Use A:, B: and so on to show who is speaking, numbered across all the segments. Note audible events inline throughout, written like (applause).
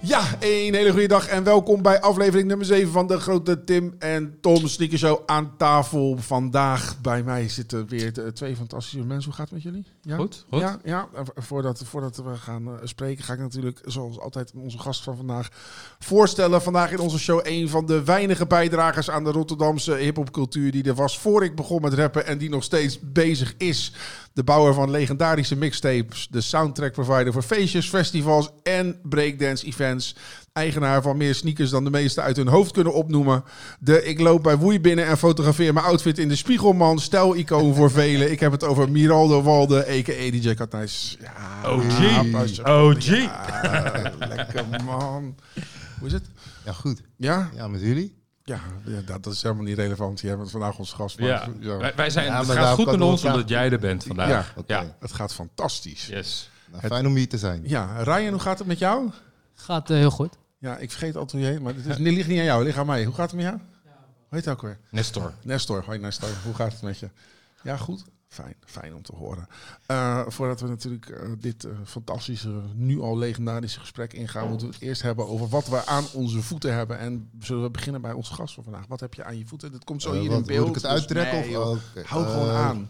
A: Ja, een hele goede dag en welkom bij aflevering nummer 7 van de grote Tim en Tom Sneaker Show aan tafel. Vandaag bij mij zitten weer de- twee fantastische mensen. Hoe gaat het met jullie? Ja?
B: Goed, goed.
A: Ja, ja. En vo- voordat, voordat we gaan eh, spreken ga ik natuurlijk zoals altijd onze gast van vandaag voorstellen. Vandaag in onze show een van de weinige bijdragers aan de Rotterdamse hiphopcultuur die er was voor ik begon met rappen en die nog steeds bezig is. De bouwer van legendarische mixtapes, de soundtrack provider voor feestjes, festivals en breakdance events. Eigenaar van meer sneakers dan de meesten uit hun hoofd kunnen opnoemen. De ik loop bij Woei binnen en fotografeer mijn outfit in de spiegelman. Stijl-icoon voor velen. Ik heb het over Miraldo Walde, a.k.a. DJ Katnijs. Ja,
B: OG.
A: applausje.
C: Oh,
B: OG.
A: Ja, lekker man. Hoe is het?
C: Ja, goed.
A: Ja?
C: Ja, met jullie?
A: Ja, ja, dat, dat is helemaal niet relevant. Je hebt vandaag ons gast. maar-
B: Ja. Wij, wij zijn,
C: Ja, maar
B: het gaat
C: daar
B: goed
C: kan
B: met
C: nog
B: ons
C: een
B: omdat jij er bent vandaag. Ja.
C: Ja, oké.
A: Het gaat fantastisch.
B: Yes.
C: Nou, fijn om hier te zijn.
A: Ja, Ryan, hoe gaat het met jou?
D: Gaat eh, heel goed.
A: Ja, ik vergeet altijd hoe je heet, maar het is- het ligt niet aan jou, het ligt aan mij. Hoe gaat het met jou? Hoe heet het ook weer?
B: Nestor.
A: Nestor, hoi Nestor, hoe gaat het met je? Ja, goed. Fijn, fijn om te horen. Eh, voordat we natuurlijk eh, dit eh, fantastische, nu al legendarische gesprek ingaan, moeten we het eerst hebben over wat we aan onze voeten hebben. En zullen we beginnen bij onze gast van vandaag. Wat heb je aan je voeten? Dat komt zo
C: Eh,
A: hier
C: wat,
A: in beeld.
C: Moet ik het
A: dus
C: uittrekken?
A: nee, joh.
C: of, oké.
A: Hou
C: Eh,
A: gewoon aan.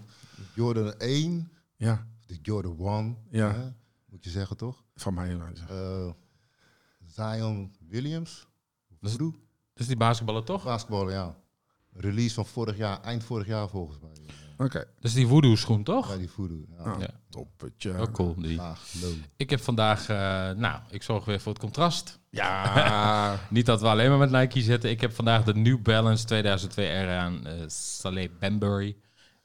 C: Jordan 1,
A: Ja,
C: de Jordan 1.
A: Ja.
C: hè, moet je zeggen, toch?
A: van mij.
C: Eh, Zion Williams.
B: Dat is-
C: Voodoo.
B: Dat is die basketballer toch?
C: Basketball, ja. Release van vorig jaar, eind vorig jaar volgens mij.
A: Oké,
B: Dat is die voodoo schoen toch?
C: Bij die voodoo. Ja. Ah,
A: Ah,
B: Ja.
A: toppetje.
B: Ook cool. Die.
C: Laag, low.
B: Ik heb vandaag, eh, nou, ik zorg weer voor het contrast.
A: Ja,
C: (laughs)
B: Niet dat we alleen maar met Nike zetten. Ik heb vandaag de New Balance 2002 R aan eh Saleh Bambury.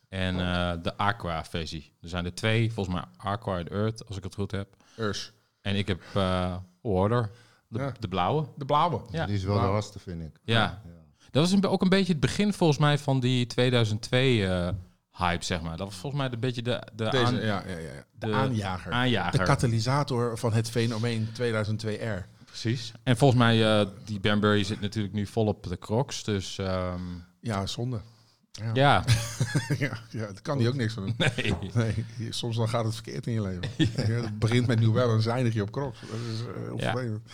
B: En
C: Oh.
B: eh, de Aqua versie. Er zijn er twee, volgens mij Aqua en Earth, als ik het goed heb.
A: Urs.
B: En ik heb eh Order, de,
A: Ja.
B: de blauwe.
A: De blauwe.
B: Ja.
C: Oh, Die is wel de
A: Wauw.
C: hardste, vind ik.
B: Ja.
C: ja.
B: Dat was een, be- ook een beetje het begin volgens mij van die 2002 eh, hype, zeg maar. Dat was volgens mij een beetje de, de,
A: Deze,
B: aan-
A: ja, ja, ja. De,
B: de
A: aanjager.
B: aanjager.
A: De katalysator van het fenomeen 2002R.
B: Precies. En volgens mij, eh, die Bambury zit natuurlijk nu volop de crocs, dus ehm,
A: Ja, zonde. Ja.
C: (laughs)
B: ja.
A: (laughs) ja, ja, daar kan die ook niks van doen.
B: Nee.
A: Nee, je- soms dan gaat het verkeerd in je leven. Ja, het begint met New Balance, eindig je op Crocs. Dat is eh, heel
B: Ja.
A: vervelend.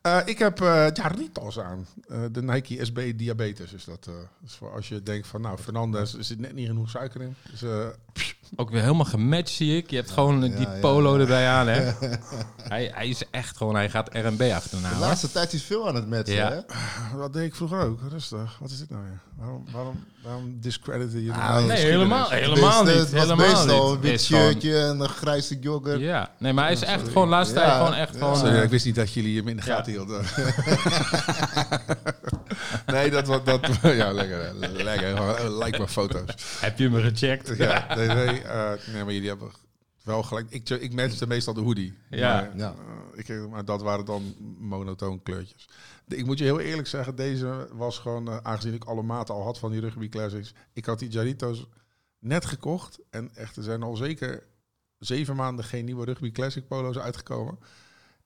A: Eh, ik heb eh ja, Ritos aan. Eh, de Nike SB Diabetes is dat. eh. Dus voor als je denkt van, nou, Fernandez, er zit net niet genoeg suiker in. Dus, eh,
B: (laughs)
A: (clears throat)
B: Ook weer helemaal gematcht, zie ik. Je hebt gewoon eh, die
C: ja, ja.
B: polo erbij aan,
C: (laughs)
B: hè. hij, hij is echt gewoon, hij gaat R&B achterna.
C: De
B: hoor.
C: laatste tijd is veel aan het matchen,
B: Ja.
C: hè?
A: dat deed ik vroeger ook. Rustig. Wat is dit nou weer? Waarom, waarom, waarom discrediten jullie
C: Ah,
A: mijn
C: nee,
B: Nee,
A: geschiedenis?
B: helemaal, helemaal
C: Tenminste,
B: niet.
C: Het was
B: Helemaal niet.
C: meestal een
B: Het
C: wit
B: is gewoon-
C: shirtje en een grijze jogger.
B: Ja, nee, maar hij is echt gewoon, de laatste tijd
C: Ja.
B: gewoon echt gewoon...
A: Sorry,
B: eh,
A: ik wist niet dat jullie hem in de
B: Ja.
A: gaten hielden. (laughs) nee, dat was dat. (laughs) Ja, lekker. Lekker. Gewoon, eh, Like mijn foto's.
B: heb je me gecheckt?
A: (laughs)
C: (laughs)
A: Ja, nee, nee, eh, nee, maar jullie hebben wel gelijk. Ik, ik matchte meestal de hoodie.
B: Ja.
A: Maar,
C: Ja.
A: eh, ik, maar dat waren dan monotoon kleurtjes. De- Ik moet je heel eerlijk zeggen, deze was gewoon, eh, aangezien ik alle maten al had van die rugby classics. Ik had die Jarito's net gekocht. En echt, er zijn al zeker zeven maanden geen nieuwe rugby classic polo's uitgekomen.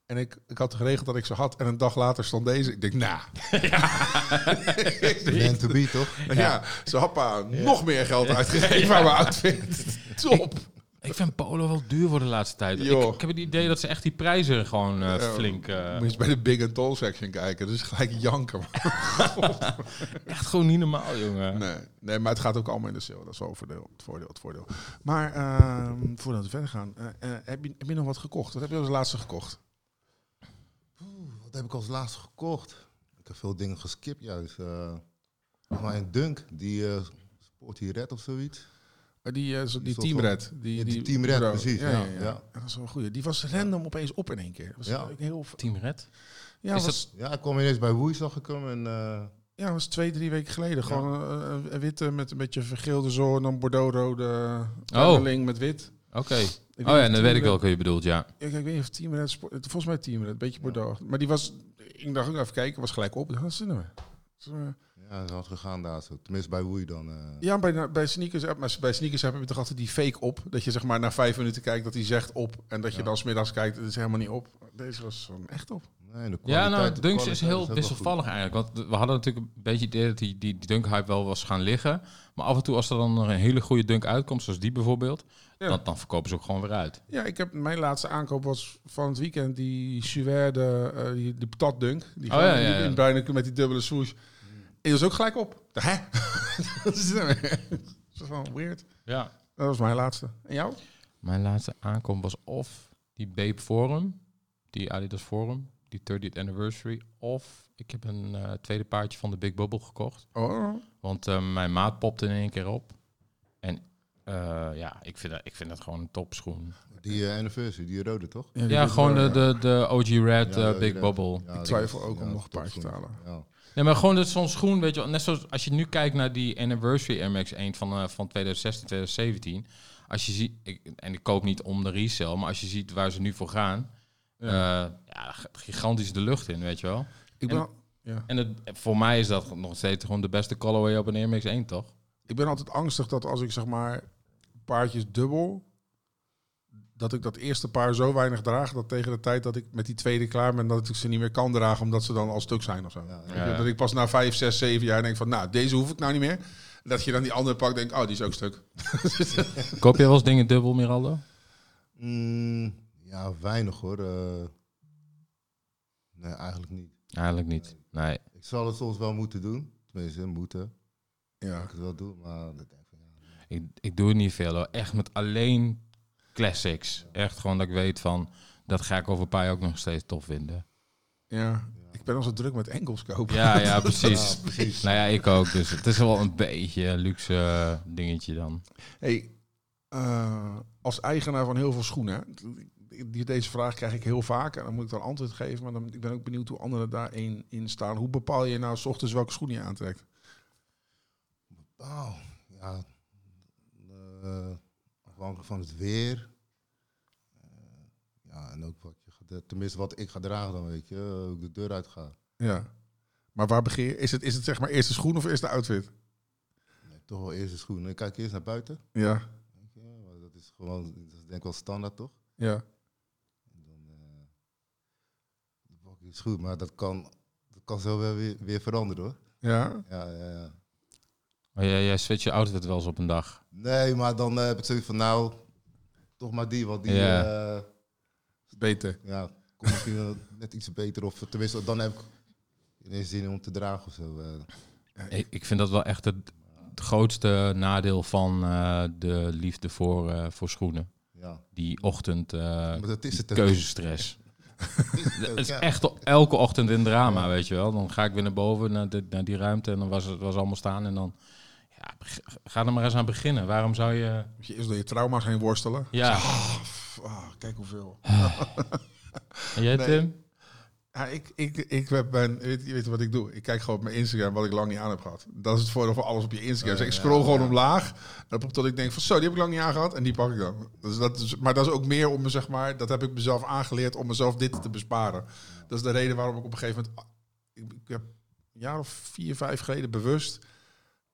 A: En ik, ik had geregeld dat ik ze had. En een dag later stond deze. Ik denk, nou.
C: Man to be, toch?
A: Ja, ze had pa nog meer geld uitgegeven aan mijn outfit. Top.
B: Ik vind polo wel duur voor de laatste tijd. Ik,
A: Joh.
B: ik heb het idee dat ze echt die prijzen gewoon eh, flink... eh,
A: Ehm, Moet je eens bij de Big and Tall section kijken. Dat is gelijk janken.
B: echt gewoon niet normaal, jongen.
A: Nee, nee, maar het gaat ook allemaal in de sale. Dat is wel het voordeel. Het voordeel, het voordeel. Maar ehm, voordat we verder gaan, eh, eh, heb, je, heb je nog wat gekocht? Wat heb je als laatste gekocht?
C: Wat heb ik als laatste gekocht? Ik heb veel dingen geskipt juist. eh maar een dunk, die eh sport hier red of zoiets.
A: Eh, Die, eh, zo- die
C: Die
A: Team
C: soort
A: Red.
C: van-
A: Die,
C: Ja, die Team Red,
A: Bro.
C: precies, ja, ja.
A: Dat is wel een goeie. Die was random opeens op in één keer. Dat Was
C: Ja.
A: ja. Heel, v-
B: Team Red?
A: ja,
B: Is
A: was,
C: Ja, ik kwam ineens bij Woei, zag ik hem. En, eh,
A: ja, was twee, drie weken geleden. Gewoon eh, een witte met een beetje vergeelde zon. Dan bordeauxrode pendeling met wit.
B: Oké.
A: Ik
B: Oh ja,
A: niet
B: dan
A: of
B: weet
A: Team
B: ik wel wat je bedoelt, ja.
A: Ja, kijk, ik weet niet of Team Red... Sport- Volgens mij Team Red, een beetje Bordeaux. Maar die was... Ik dacht ook even kijken, was gelijk op. Ik dacht, Wat zinnen we? Dus, eh,
C: ja, ze had gegaan daar zo. Tenminste, bij Woei dan. eh.
A: Ja, bij, bij sneakers app, maar bij sneakers app heb je toch altijd die fake op. Dat je zeg maar na vijf minuten kijkt dat hij zegt op. En dat je
C: Ja.
A: dan smiddags kijkt, het is helemaal niet op. Deze was gewoon echt op.
C: Nee, de
B: Ja,
C: kwaliteit-
B: nou,
C: de
B: Dunks is
C: kwaliteit
B: heel
C: ook wel
B: wisselvallig eigenlijk. Want we hadden natuurlijk een beetje het idee dat die, die, die dunk-hype wel was gaan liggen. Maar af en toe, als er dan nog een hele goede dunk uitkomt, zoals die bijvoorbeeld,
A: Ja.
B: dan, dan verkopen ze ook gewoon weer uit.
A: Ja, ik heb mijn laatste aankoop was van het weekend die Suwer, de, eh, die, die patatdunk. Die
B: Oh,
A: gewoon
B: ja, ja,
A: in-
B: ja.
A: in bruine met die dubbele swoosh. Die was ook gelijk op. Hè? (laughs) dat is (laughs) dat is gewoon weird.
B: Ja.
A: Dat was mijn laatste. En jou?
B: Mijn laatste aankomst was of die Bape Forum, die Adidas Forum, die 30th Anniversary. Of ik heb een eh, tweede paardje van de Big Bubble gekocht.
A: Oh,
B: Want eh, mijn maat popte in één keer op. En eh, ja, ik vind, dat, ik vind dat gewoon een topschoen.
C: goed. Die eh, anniversary, die rode toch?
B: Ja, gewoon de, de, de OG Red
C: Ja,
B: eh,
C: die
B: Big
C: red.
B: Bubble.
C: Ja, die-
A: twijfel ook om
C: ja,
A: nog een paardje te
C: topschoen.
A: halen.
C: Ja.
B: Nee, maar gewoon dat zo'n schoen, weet je wel. Net zoals als je nu kijkt naar die Anniversary Air Max 1 van, eh, van 2016, 2017. Als je ziet, ik, en ik koop niet om de resale, maar als je ziet waar ze nu voor gaan. eh, Ja, g- gigantisch de lucht in, weet je wel.
A: Ik ben, al- ja.
B: En het, voor mij is dat nog steeds gewoon de beste colorway op een Air Max 1, toch?
A: ik ben altijd angstig dat als ik zeg maar paardjes dubbel, dat ik dat eerste paar zo weinig draag dat tegen de tijd dat ik met die tweede klaar ben, dat ik ze niet meer kan dragen omdat ze dan al stuk zijn of zo.
B: Ja.
A: Dat ik pas na vijf, zes, zeven jaar denk van, nou, deze hoef ik nou niet meer. Dat je dan die andere pakt denkt, oh, die is ook stuk.
B: Koop jij wel eens dingen dubbel, Miraldo?
C: Mm, ja, weinig hoor. eh. nee, eigenlijk niet.
B: Eigenlijk niet. Nee.
C: Ik zal het soms wel moeten doen. Tenminste, moeten.
A: Ja.
C: Ik het wel doen, maar dat denk ik van, ja.
B: Ik, ik doe het niet veel hoor. Echt met alleen classics. Echt gewoon dat ik weet van, dat ga ik over een paar jaar ook nog steeds tof vinden.
A: ja. Ik ben al zo druk met enkels kopen.
B: Ja, ja, (laughs) precies.
C: Ja, precies.
B: Nou ja, ik ook. Dus het is wel een beetje een luxe dingetje dan.
A: Hey, eh, als eigenaar van heel veel schoenen, die- deze vraag krijg ik heel vaak en dan moet ik dan antwoord geven. Maar dan, ik ben ook benieuwd hoe anderen daarin in staan. Hoe bepaal je nou s ochtends welke schoen je aantrekt?
C: Wauw, ja. eh, afhankelijk van het weer. Eh, ja, en ook wat je gaat, tenminste wat ik ga dragen dan, weet je. eh, Hoe ik de deur uit ga.
A: Ja. Maar waar begin je? Is het, is het zeg maar eerst de schoen of eerst de outfit?
C: Nee, toch wel eerst de schoenen. Ik kijk eerst naar buiten.
A: Ja.
C: Weet je. maar dat is gewoon, dat is denk ik wel standaard toch?
A: Ja.
C: En dan eh, dan pak ik iets goed, maar dat kan, dat kan zo wel weer, weer veranderen hoor.
A: Ja.
C: Ja, ja, ja.
B: Maar jij, jij switcht je outfit wel eens op een dag.
C: Nee, maar dan eh, heb ik zoiets van, nou, toch maar die, want die
B: Ja.
C: eh,
A: Beter.
C: ja, komt misschien wel net iets beter. Of tenminste, dan heb ik ineens zin om te dragen of zo. eh.
B: Ik, ik vind dat wel echt het, het grootste nadeel van eh, de liefde voor, eh, voor schoenen.
C: ja,
B: Die ochtend eh,
C: maar dat is het. ook.
B: keuzestress.
C: ook,
B: Het is
C: (laughs) ja.
B: echt al- elke ochtend in drama, weet je wel. Dan ga ik weer naar boven, naar, dit- naar die ruimte en dan was het was allemaal staan. En dan, ja, beg- ga er maar eens aan beginnen. Waarom zou je...
A: Moet je eerst door je trauma's heen worstelen.
B: Ja,
A: Pff, ah, kijk hoeveel.
B: en jij
A: Nee.
B: Tim?
A: Ja, ik, ik, ik heb mijn, weet, je weet wat ik doe? Ik kijk gewoon op mijn Instagram wat ik lang niet aan heb gehad. Dat is het voordeel van alles op je Instagram. Dus ik scroll gewoon omlaag. Dat tot ik denk van zo, die heb ik lang niet aangehad. En die pak ik dan. Dus dat is, maar dat is ook meer om me, zeg maar, dat heb ik mezelf aangeleerd om mezelf dit te besparen. Dat is de reden waarom ik op een gegeven moment, ik, ik heb een jaar of vier, vijf geleden bewust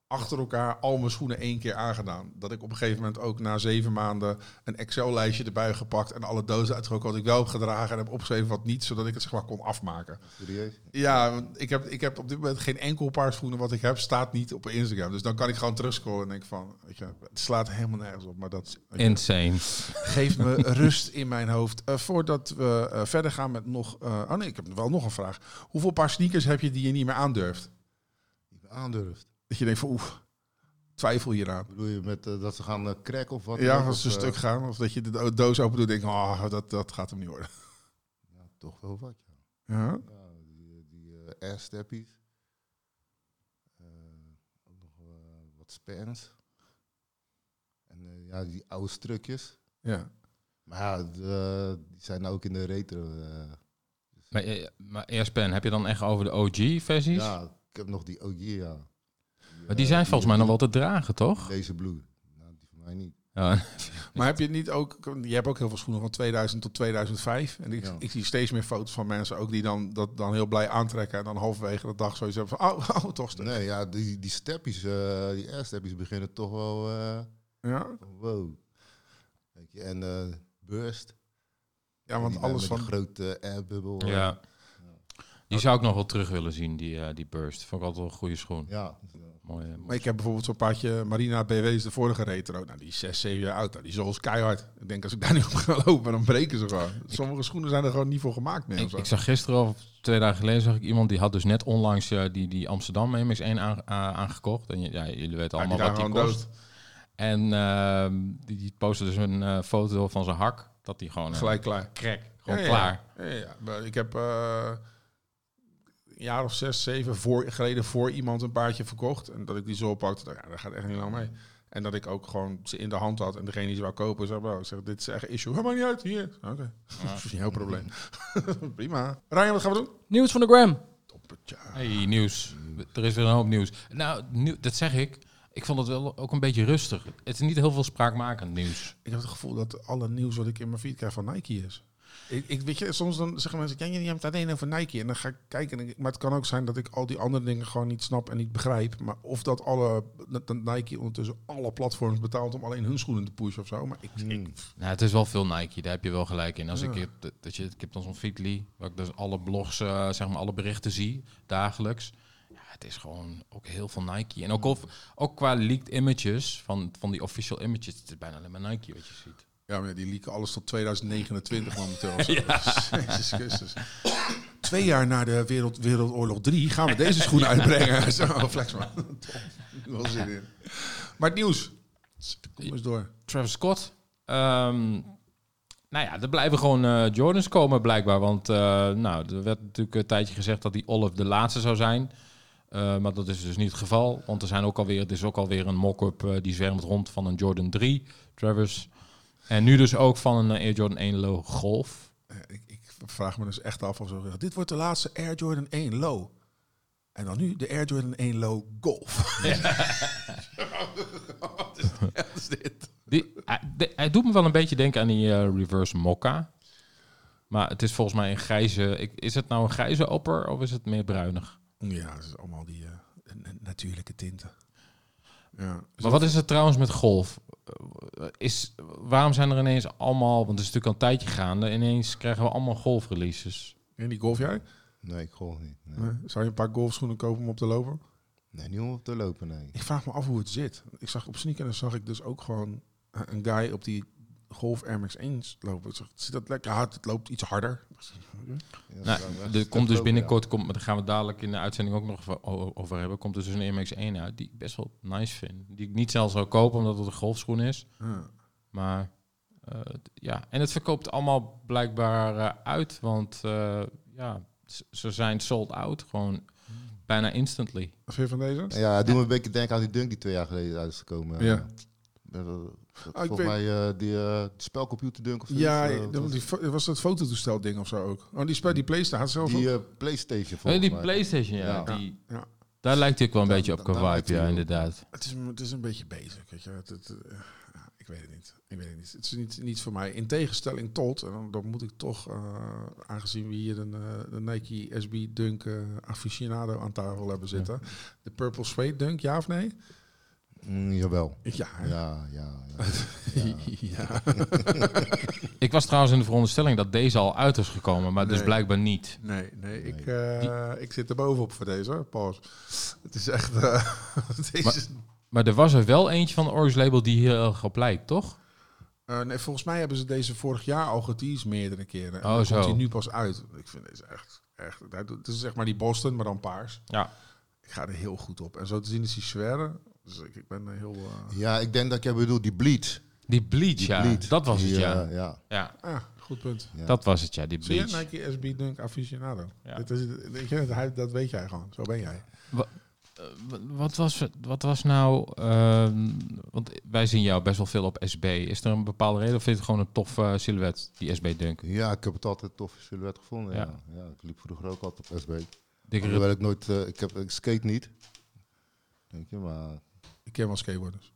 A: achter elkaar al mijn schoenen één keer aangedaan. Dat ik op een gegeven moment ook na zeven maanden een Excel-lijstje erbij gepakt en alle dozen uitgetrokken wat ik wel heb gedragen en heb opgeschreven wat niet, zodat ik het zeg maar kon afmaken.
C: Serieus?
A: Ja, want ik heb, ik heb op dit moment geen enkel paar schoenen wat ik heb, staat niet op Instagram. Dus dan kan ik gewoon terugscrollen en denk van, weet je, het slaat helemaal nergens op. Maar dat
B: Insane.
A: geeft me rust in mijn hoofd. Eh, voordat we eh, verder gaan met nog, eh, oh nee, ik heb wel nog een vraag. Hoeveel paar sneakers heb je die je niet meer aandurft?
C: Die me aandurft.
A: Dat je denkt van, oeh, twijfel hieraan.
C: Bedoel je met eh, dat ze gaan eh cracken of wat? dan
A: Ja,
C: ook,
A: als ze een
C: of, eh,
A: stuk gaan of dat je de do- doos open doet, denk ik, oh, dat, dat gaat hem niet worden.
C: ja, toch wel wat, ja.
A: Ja.
C: ja die die eh, airsteppies. Eh, ook nog eh, wat spans. En eh, ja, die oude strukjes.
A: Ja.
C: Maar ja, de- die zijn nou ook in de retro. eh.
B: Maar, eh, maar Airspan, heb je dan echt over de OG-versies?
C: ja, ik heb nog die OG, ja.
B: maar die zijn volgens mij nog wel te dragen, toch?
C: Deze blue. Nou, die van mij niet.
B: Ja.
A: Maar heb je niet ook, je hebt ook heel veel schoenen van 2000 tot 2005. En ik,
C: Ja.
A: ik zie steeds meer foto's van mensen ook die dan dat dan heel blij aantrekken. En dan halverwege de dag zoiets hebben van, oh, (laughs) oh toch stuk.
C: Nee, ja, die, die steppies, eh, die airsteppies beginnen toch wel... eh,
A: Ja?
C: van wow. Weet je, en eh, burst.
A: ja, want
C: Die dan
A: alles
C: met die
A: van,
C: grote airbubbel. eh,
B: ja. Die zou ik nog wel terug willen zien, die, eh, die burst. Vond ik altijd wel een goede schoen.
C: Ja, dus, eh,
B: Mooi, eh, mooi.
A: Maar ik heb bijvoorbeeld zo'n paardje Marina BW's, de vorige retro. Nou, die is 6, 7 jaar oud. Nou, die is al keihard. Ik denk, als ik daar nu op ga lopen, dan breken ze gewoon. Sommige schoenen zijn er gewoon niet voor gemaakt meer. of
B: Ik,
A: zo.
B: ik zag gisteren of twee dagen geleden zag ik iemand die had dus net onlangs eh, die, die Amsterdam MX1 aan, a- aangekocht. En je- ja, jullie weten
A: Ja, die
B: allemaal
A: gaan
B: wat die
A: gewoon
B: kost. En ehm, die, die postte dus een eh, foto van zijn hak. Dat die gewoon eh,
A: Gelijk klaar.
B: crack. Gewoon
A: Ja, ja,
B: klaar.
A: Ja, ja, ja. Maar Ik heb eh, een jaar of zes, zeven voor, geleden voor iemand een paardje verkocht. En dat ik die zo pakte, dacht, ja, dat gaat echt niet lang mee. En dat ik ook gewoon ze in de hand had. En degene die ze wou kopen, zei, "Bro, ik zeg, dit is echt een issue. Helemaal niet uit, hier. Oké, (laughs)
B: Ah.
A: dat is niet heel probleem.
B: (laughs)
A: Prima. Ryan, wat gaan we doen?
D: Nieuws van de gram.
A: Toppertje.
B: Hey, nieuws. Er is weer een hoop nieuws. Nou, nieuw- dat zeg ik. Ik vond het wel ook een beetje rustig. Het is niet heel veel spraakmakend nieuws.
A: Ik heb het gevoel dat alle nieuws wat ik in mijn feed krijg van Nike is. Ik, ik weet je, soms dan zeggen mensen, ken je, je hebt het alleen over Nike. En dan ga ik kijken, en ik- maar het kan ook zijn dat ik al die andere dingen gewoon niet snap en niet begrijp. Maar of dat, alle, dat dat Nike ondertussen alle platforms betaalt om alleen hun schoenen te pushen of zo. Maar ik, ik
B: Nou, het is wel veel Nike, daar heb je wel gelijk in. Als
A: Ja.
B: ik, het- dat je, ik heb dan zo'n Feedly, waar ik dus alle blogs, eh, zeg maar alle berichten zie, dagelijks. Ja, het is gewoon ook heel veel Nike. En ook, of, ook qua leaked images, van, van die official images, het is bijna alleen maar Nike wat je ziet.
A: ja, maar die leaken alles tot 2029 momenteel. of zo. Jezus Christus. Twee jaar na de wereld, Wereldoorlog 3 gaan we deze schoenen uitbrengen. (laughs) Zo, flexman. Top. Wel zin in. Maar het nieuws. Kom eens door.
B: Travis Scott. Ehm, nou ja, er blijven gewoon eh, Jordans komen blijkbaar. Want eh, nou, er werd natuurlijk een tijdje gezegd dat die Olive de laatste zou zijn. Eh, maar dat is dus niet het geval. Want er, zijn ook alweer, er is ook alweer een mock-up eh, die zwermt rond van een Jordan 3, Travis. En nu dus ook van een eh, Air Jordan 1 Low Golf.
A: Eh, Ik, ik vraag me dus echt af of zo. Dit wordt de laatste Air Jordan 1 Low. En dan nu de Air Jordan 1 Low Golf. (laughs) Wat is- wat is dit?
B: Die, hij, de- hij doet me wel een beetje denken aan die eh, Reverse Mokka. Maar het is volgens mij een grijze... Ik, is het nou een grijze opper of is het meer bruinig?
A: Ja, het is allemaal die eh, n- n- natuurlijke tinten. Ja.
B: Maar wat is het trouwens met golf? Eh, Is, waarom zijn er ineens allemaal, want het is natuurlijk al een tijdje gaande, ineens krijgen we allemaal golfreleases?
A: En die golf jij?
C: nee, ik golf niet. Nee,
A: Eh, Zou je een paar golfschoenen kopen om op te lopen?
C: nee niet om op te lopen, nee.
A: Ik vraag me af hoe het zit. Ik zag op sneaker en zag ik dus ook gewoon eh, een guy op die Golf Air Max 1 lopen. Ik zag, zit dat lekker? Ja, het loopt iets harder.
C: Ja,
B: Nou,
C: dan echt
B: er
C: stuk
B: komt dus
C: lopen,
B: binnenkort, komt, maar daar gaan we het dadelijk in de uitzending ook nog over- o- over hebben, komt er dus een MX1 uit die ik best wel nice vind. Die ik niet zelf zou kopen omdat het een golfschoen is,
A: Ja.
B: maar eh, d- ja. En het verkoopt allemaal blijkbaar eh, uit, want eh, ja, z- ze zijn sold out, gewoon
C: Hmm.
B: bijna instantly.
A: Wat vind je van deze?
C: Ja, ja het doet me een beetje denken aan die dunk die twee jaar geleden uit is gekomen.
A: Ja. Ah,
C: Eh, eh,
A: ik
C: Volgens
A: weet-
C: mij eh, die eh, die spelcomputer dunk of zo.
A: Ja,
C: eh,
A: dat-
C: wat was
A: die, fo- was dat fototoestel ding of zo ook? Oh, die, spe- die PlayStation had zelf
C: Die
A: ook.
C: eh, PlayStation
B: Nee,
C: volgens
B: die
C: mij.
B: PlayStation, ja.
C: Ja.
B: Die,
A: Ja.
B: Daar lijkt hij ook wel een
C: Daar-
B: beetje op
C: daar-
B: qua vibe,
C: daar lijkt
B: ja,
C: hij op.
B: inderdaad.
A: Het, is, een- het is een beetje bezig. Weet je. Het, het, eh, ja, ik weet het niet. Ik weet het niet. Het is niet, niet voor mij. In tegenstelling tot, en dan, dan moet ik toch, eh, aangezien we hier een, eh, de Nike SB Dunk eh, aficionado aan tafel hebben zitten. De Purple Suede Dunk, ja of nee?
C: Mm, jawel.
A: Ja. hè?
C: Ja, ja, ja.
A: (laughs) ja.
B: Ik was trouwens in de veronderstelling dat deze al uit is gekomen, maar dus
A: Nee.
B: blijkbaar niet.
A: Nee, nee, ik,
C: Nee.
A: eh, ik zit er bovenop voor deze. hoor. Pas. Het is echt... eh, (laughs) deze
B: Maar- Maar er was er wel eentje van de Orange Label die hier al op lijkt, toch?
A: Eh, nee, volgens mij hebben ze deze vorig jaar al geteased meerdere keren. En
B: Oh,
A: dan
B: zo.
A: komt hij nu pas uit. Ik vind deze echt... echt hij doet- het is zeg maar die Boston, maar dan paars.
B: Ja.
A: Ik ga er heel goed op. En zo te zien is hij zweren. Dus ik, ik ben eh, heel... eh,
C: Ja, ik denk dat jij bedoelt die bleed.
B: Die Bleach,
C: Die
B: ja.
C: bleed.
B: Dat was het,
C: Die,
B: ja.
C: eh, ja.
B: ja.
A: ah, goed punt.
C: Ja.
B: Dat was het, ja, die
A: Zie je,
B: Bleach.
A: Nike SB Dunk Aficionado.
B: Ja.
A: Dat, is, weet je, hij- dat weet jij gewoon. Zo ben jij.
B: Eh, wa- Wat was, het- wat was nou... ehm, want wij zien jou best wel veel op SB. Is er een bepaalde reden of vind je het gewoon een tof eh, silhouet, die SB-dunk?
C: Ja, ik heb het altijd een toffe silhouet gevonden. Ja.
B: Ja.
C: Ja. ik liep vroeger ook altijd op SB.
B: Dikke rib-
C: Hoewel ik nooit, eh, ik, heb, ik skate niet. Denk je, maar
A: Ik ken wel skateboarders.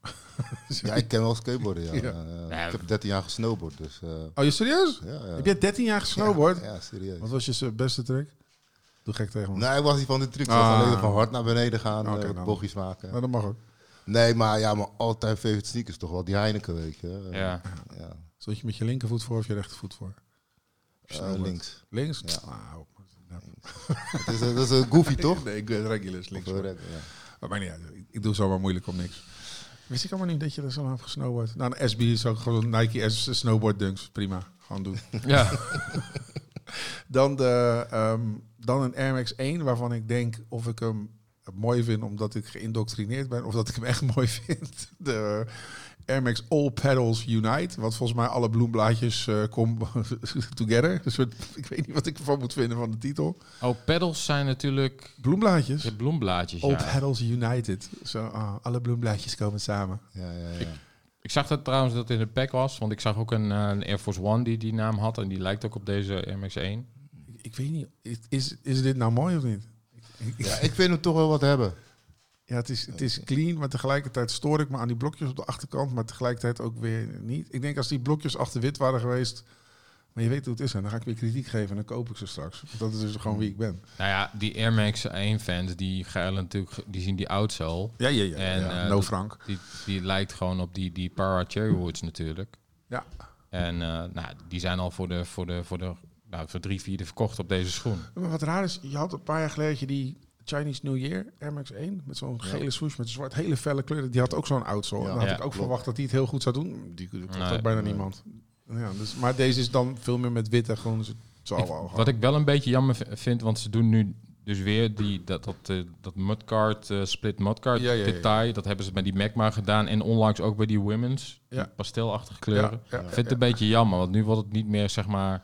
C: ja, ik ken wel skateboarden. Ja.
A: (laughs) Ja.
C: Ja, ja.
B: Ja,
C: ik heb 13 jaar gesnowboard, dus eh,
A: Oh, je serieus?
C: ja, ja.
A: Heb jij 13 jaar gesnowboard?
C: Ja, ja, serieus.
A: Wat was je beste trick? Doe gek tegen me.
C: Nee, ik was niet van de truc. Ik was
A: Ah.
C: alleen van hard naar beneden gaan,
A: Oké,
C: eh,
A: dan.
C: bochtjes maken.
A: Nou, dat mag ook.
C: Nee, maar ja, maar altijd favorite sneakers toch wel. Die Heineken, weet je. Eh,
B: Ja.
C: ja.
A: Zodat je met je linkervoet voor of je rechtervoet voor?
C: Eh,
A: Snowboard.
C: links.
A: Links?
C: Ja.
A: Ah, hou op.
C: Het is, een- dat is een goofy, toch?
A: Nee, ik ben regular
C: Of eh,
A: links.
C: een red, ja.
A: Maar maakt niet uit. Ik, ik doe zomaar moeilijk om niks. Wist ik allemaal niet dat je er zo aan hebt gesnowboard. Nou, een SB is ook gewoon een Nike S snowboard dunks. Prima. Gewoon (laughs) doen.
B: Ja.
A: Dan, de, ehm, dan een Air Max 1, waarvan ik denk of ik hem mooi vind omdat ik geïndoctrineerd ben, of dat ik hem echt (laughs) mooi vind. De Air Max All Pedals Unite, wat volgens mij alle bloemblaadjes eh come (laughs) together. Een soort, ik weet niet wat ik ervan moet vinden van de titel.
B: Oh, pedals zijn natuurlijk
A: Bloemblaadjes?
B: de bloemblaadjes.
A: All
B: Ja.
A: Pedals United. Zo, ah, alle bloemblaadjes komen samen.
C: Ja, ja, ja.
B: Ik zag dat trouwens dat het in de pack was, want ik zag ook een, eh, een Air Force One die die naam had en die lijkt ook op deze Air Max 1.
A: Ik, ik weet niet, is, is dit nou mooi of niet?
C: ja, ik vind hem toch wel wat hebben.
A: Ja, het is, het is clean, maar tegelijkertijd stoor ik me aan die blokjes op de achterkant, maar tegelijkertijd ook weer niet. Ik denk als die blokjes achter wit waren geweest, maar je weet hoe het is, en dan ga ik weer kritiek geven en dan koop ik ze straks. Want dat is dus gewoon wie ik ben.
B: Nou ja, die Air Max 1 fans die geilen natuurlijk, die zien die outsole.
A: Ja, ja, ja.
B: En,
A: ja.
B: eh,
A: no
B: dat-
A: Frank.
B: Die, die lijkt gewoon op die, die Para Cherrywoods natuurlijk.
A: Ja.
B: En eh, nou, die zijn al voor de, voor de, voor de nou, voor drie vierde verkocht op deze schoen.
A: Maar wat raar is, je had een paar jaar geleden had je die Chinese New Year Air Max 1 met zo'n gele swoosh met zwart, hele felle kleuren. Die had ook zo'n outsole.
C: Ja.
A: En dan had
B: Ja,
A: ik ook
C: klopt.
A: verwacht dat die het heel goed zou doen. Die kocht
B: Nee.
A: ook bijna
C: Nee.
A: niemand. Ja, dus, maar deze is dan veel meer met wit en groen. Dus het zal
B: Ik-
A: wel gaan.
B: wat ik wel een beetje jammer v- vind, want ze doen nu dus weer die, dat, dat, eh, dat mudcard, eh, split mudcard
A: Ja, ja, ja, ja.
B: detail. Dat hebben ze bij die Magma gedaan en onlangs ook bij die women's.
A: Ja.
B: Die pastelachtige kleuren.
A: Ja, ja,
B: Ik vind
A: ja.
B: het een beetje jammer, want nu wordt het niet meer, zeg maar...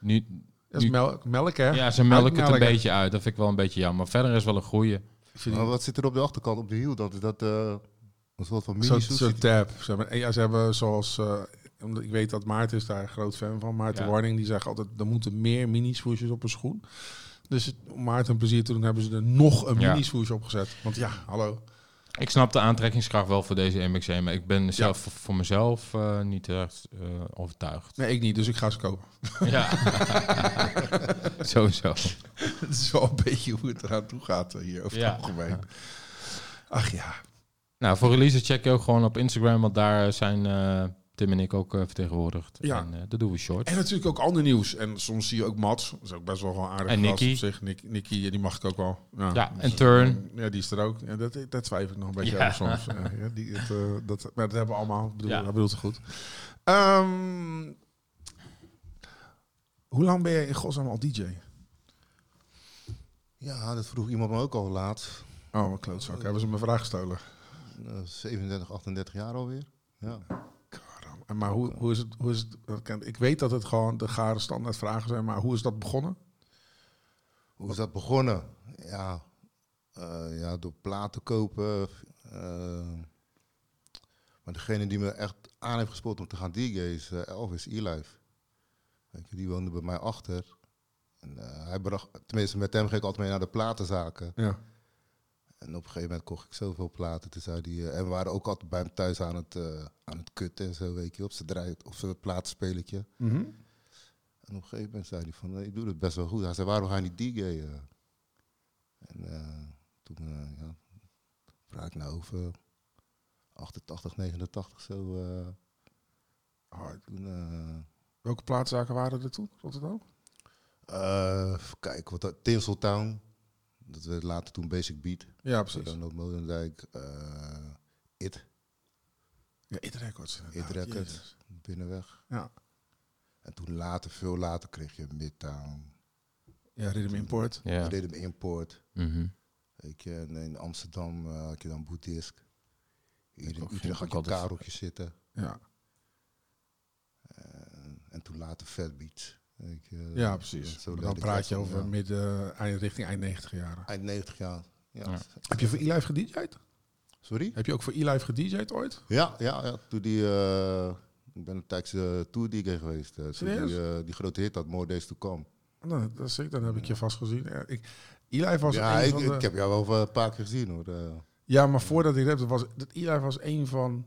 B: Nu,
A: Dat is
B: nu-
A: melk, melk, hè?
B: ja, ze melken het een
A: Uitmelken.
B: beetje uit. Dat vind ik wel een beetje jammer. Maar verder is wel een goeie.
A: Ik vind
C: Maar wat zit er op de achterkant, op de hiel? Dat, dat eh, een soort van
A: Zo'n
C: mini
A: zo'n
C: sushi.
A: tab. Ze hebben, en ja, ze hebben zoals... eh, omdat ik weet dat Maarten is daar een groot fan van. Maarten
B: Ja.
A: Warning, die zegt altijd... er moeten meer mini-swooshes op een schoen. Dus het- om Maarten een plezier te doen... hebben ze er nog een
B: Ja.
A: mini-swoosh op gezet. Want ja, hallo.
B: Ik snap de aantrekkingskracht wel voor deze MX-1, maar ik ben zelf voor, voor mezelf eh, niet echt eh, overtuigd.
A: Nee, ik niet, dus ik ga ze kopen.
B: (laughs) Ja, (laughs) sowieso.
A: (laughs) Het is wel een beetje hoe het eraan toe gaat eh, hier over
B: Ja.
A: het algemeen. Ach ja.
B: Nou, voor releases check je ook gewoon op Instagram, want daar zijn eh, Tim en ik ook eh, vertegenwoordigd.
A: Ja.
B: En eh, dat doen we short.
A: En natuurlijk ook ander nieuws. En soms zie je ook Mats. Dat is ook best wel gewoon aardig.
B: En
A: gast op
B: Nicky.
A: zich. Nick, Nicky, die mag ik ook wel.
B: Ja, en Turn.
A: Ja, die is er ook. Ja, dat, dat twijfel ik nog een beetje
B: Ja.
A: over soms. Ja, ja, die, het, eh, dat, maar dat hebben we allemaal. Ik Bedoel,
B: Ja.
A: Dat bedoelt het goed. Ehm, hoe lang ben je in godsnaam al DJ?
C: Ja, dat vroeg iemand me ook al laat.
A: Oh, wat klootzak. Hebben ze me vraag gestolen.
C: Eh, 37, 38 jaar alweer. Ja.
A: Karam. En Maar hoe, hoe is het? Hoe is het dat kan- ik weet dat het gewoon de gare standaard vragen zijn, maar hoe is dat begonnen?
C: Hoe is dat begonnen? Ja, eh, ja door platen kopen. eh. maar degene die me echt aan heeft gespoord om te gaan DJ's, is eh, Elvis E-Life. Weet je, Die woonde bij mij achter. En, eh, hij bracht, tenminste, met hem ging ik altijd mee naar de platenzaken.
A: Ja.
C: En op een gegeven moment kocht ik zoveel platen. Toen zei die, eh, en we waren ook altijd bij hem thuis aan het, eh, aan het kutten en zo, weet je, op zijn draai- op zijn plaatspelletje. En op een gegeven moment zei hij van, eh, ik doe het best wel goed. Hij zei, waarom ga je niet DJ'en? En eh, toen, eh ja, praat ik nou over 88, 89 zo. eh,
A: Hard.
C: toen, eh
A: Welke plaatszaken waren er toen? Rotterdam?
C: eh, even kijken, wat dat, Tinseltown. Dat werd later toen Basic Beat.
A: Ja,
C: Dan op Modendijk, eh, It,
A: Ja, It Records. inderdaad.
C: It Records.
A: Jezus.
C: Binnenweg.
A: Ja.
C: En toen later, veel later, kreeg je Midtown.
A: Ja, Rhythm Import.
B: Ja.
C: We deden hem import.
B: Mhm.
C: Weet je, en in Amsterdam eh, had je dan Boeddhisk. Hier
B: Ik
C: in
B: ook,
C: Utrecht had
B: ook
C: je
B: altijd-
C: Kareltje zitten.
A: Ja,
C: En, en toen later Fatbeat. Weet je,
A: ja
C: dat-
A: precies.
C: zo
A: dan
C: leerde ik
A: praat
C: dat
A: je
C: dan,
A: over
C: ja.
A: midden, eind- richting eind 90 jaren.
C: Eind 90 jaar. Ja.
B: Ja.
A: Heb je voor E-Live gedj'd?
C: Sorry?
A: Heb je ook voor E-Live gedj'd ooit?
C: Ja, ja, ja. Toen die... eh, ik ben een tijdje eh, tour DJ geweest. eh, toen die,
A: Serieus?
C: eh, die grote hit had, More Days To Come.
A: Nou, dat is ik, dan heb ik je vast gezien. Ja, ik, E-Live was
C: ja,
A: een
C: ik,
A: van de...
C: ik heb jou wel een paar keer gezien hoor. eh.
A: Ja, maar voordat ik rapte, was dat E-Live was een van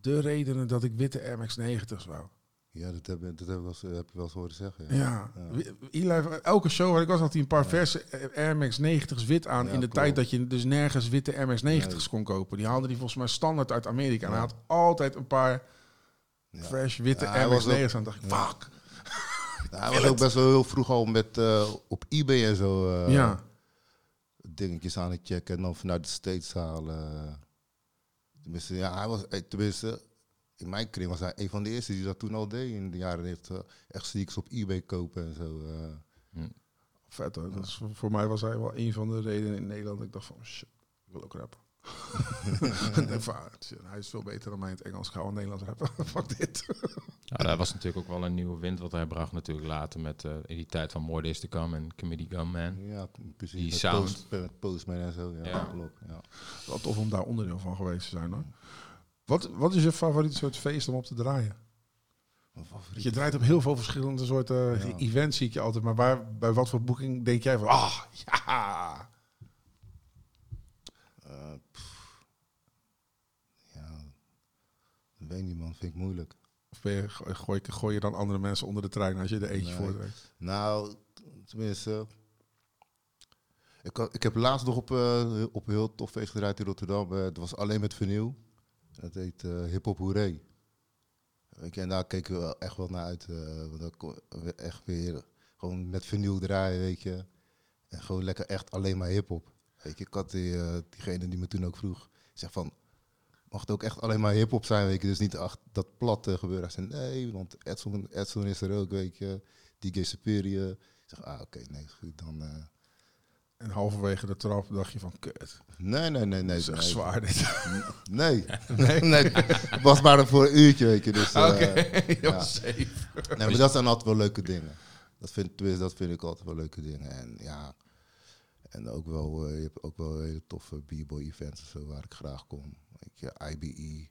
A: de redenen dat ik witte MX-90's wou.
C: ja, dat heb, dat heb, ik wel eens- heb je wel eens horen zeggen. ja.
A: Ja. E-Live, elke show waar ik was, had hij een paar verse MX-90's wit aan.
C: Ja,
A: in de
C: klopt.
A: tijd dat je dus nergens witte MX-90's
C: Nee.
A: kon kopen. Die haalde die volgens mij standaard uit Amerika. En hij had altijd een paar
C: Ja.
A: fresh witte
C: Ja, hij was
A: MX-90's aan. Dan dacht ik,
C: Ja.
A: fuck.
C: Nou, hij was ook best wel heel vroeg al met, eh, op eBay en zo eh,
A: ja.
C: dingetjes aan het checken en dan vanuit de States halen. Tenminste, ja, hij was, eh, tenminste, in mijn kring was hij een van de eerste die dat toen al deed in de jaren 90. Echt sneakers op eBay kopen en zo. eh.
A: Vet hoor. Dat is- voor mij was hij wel een van de redenen in Nederland. dat Ik dacht van shit, ik wil ook (laughs) rappen. Ik denk van, ah, shit, hij is veel beter dan mij in het Engels. Ik ga wel Nederlands rappen. (laughs) Fuck dit.
B: Ja, dat was natuurlijk ook wel een nieuwe wind wat hij bracht natuurlijk later met eh, in die tijd van More Days to Come en Comedy Gun Man.
C: ja, precies.
B: Die
C: met
B: sound.
C: Post, met Postman en zo. Ja,
B: Ja.
C: klopt. Ja.
A: Wel tof om daar onderdeel van geweest te zijn hoor. Wat, wat is je favoriete soort feest om op te draaien?
C: Mijn favoriet.
A: Want Je draait op heel veel verschillende soorten eh,
C: Ja.
A: events, zie ik je altijd. Maar waar, bij wat voor boeking denk jij van, ah, ja.
C: Eh, pff. ja, dat weet niet man, vind ik moeilijk.
A: Of ben je, gooi, gooi- gooi je dan andere mensen onder de trein als je er eentje
C: Nee.
A: voor trekt?
C: Nou, tenminste. Ik, had- ik heb laatst nog op, eh, op een heel tof feest gedraaid in Rotterdam. Eh, Het was alleen met vinyl. Dat heet eh, Hip Hop Hoeré. Weet je, en daar keken we wel echt wel naar uit. eh, want dan kon we echt weer gewoon met vinyl draaien, weet je. En gewoon lekker echt alleen maar hip-hop. Weet je, ik had die, eh, diegene die me toen ook vroeg. Zeg van, mag het ook echt alleen maar hip-hop zijn, weet je. Dus niet ach, dat platte gebeuren. Hij zei, nee, want Edson, Edson is er ook, weet je. DJ Superior. Ik zeg, ah, oké, nee, goed, dan... eh,
A: En halverwege de trap dacht je van, kut,
C: nee, nee, nee, nee.
A: dat is echt
C: nee,
A: zwaar dit.
C: Nee, (laughs) nee, nee. Het was maar voor een uurtje, weet je. Dus, eh,
A: dat
C: (laughs) ja.
A: was safe.
C: Nee, maar dat zijn altijd wel leuke dingen. Dat vind, tenminste, dat vind ik altijd wel leuke dingen. En ja, en ook wel, eh, je hebt ook wel hele toffe b-boy events en zo waar ik graag kom. Ik, eh, ja, IBE. E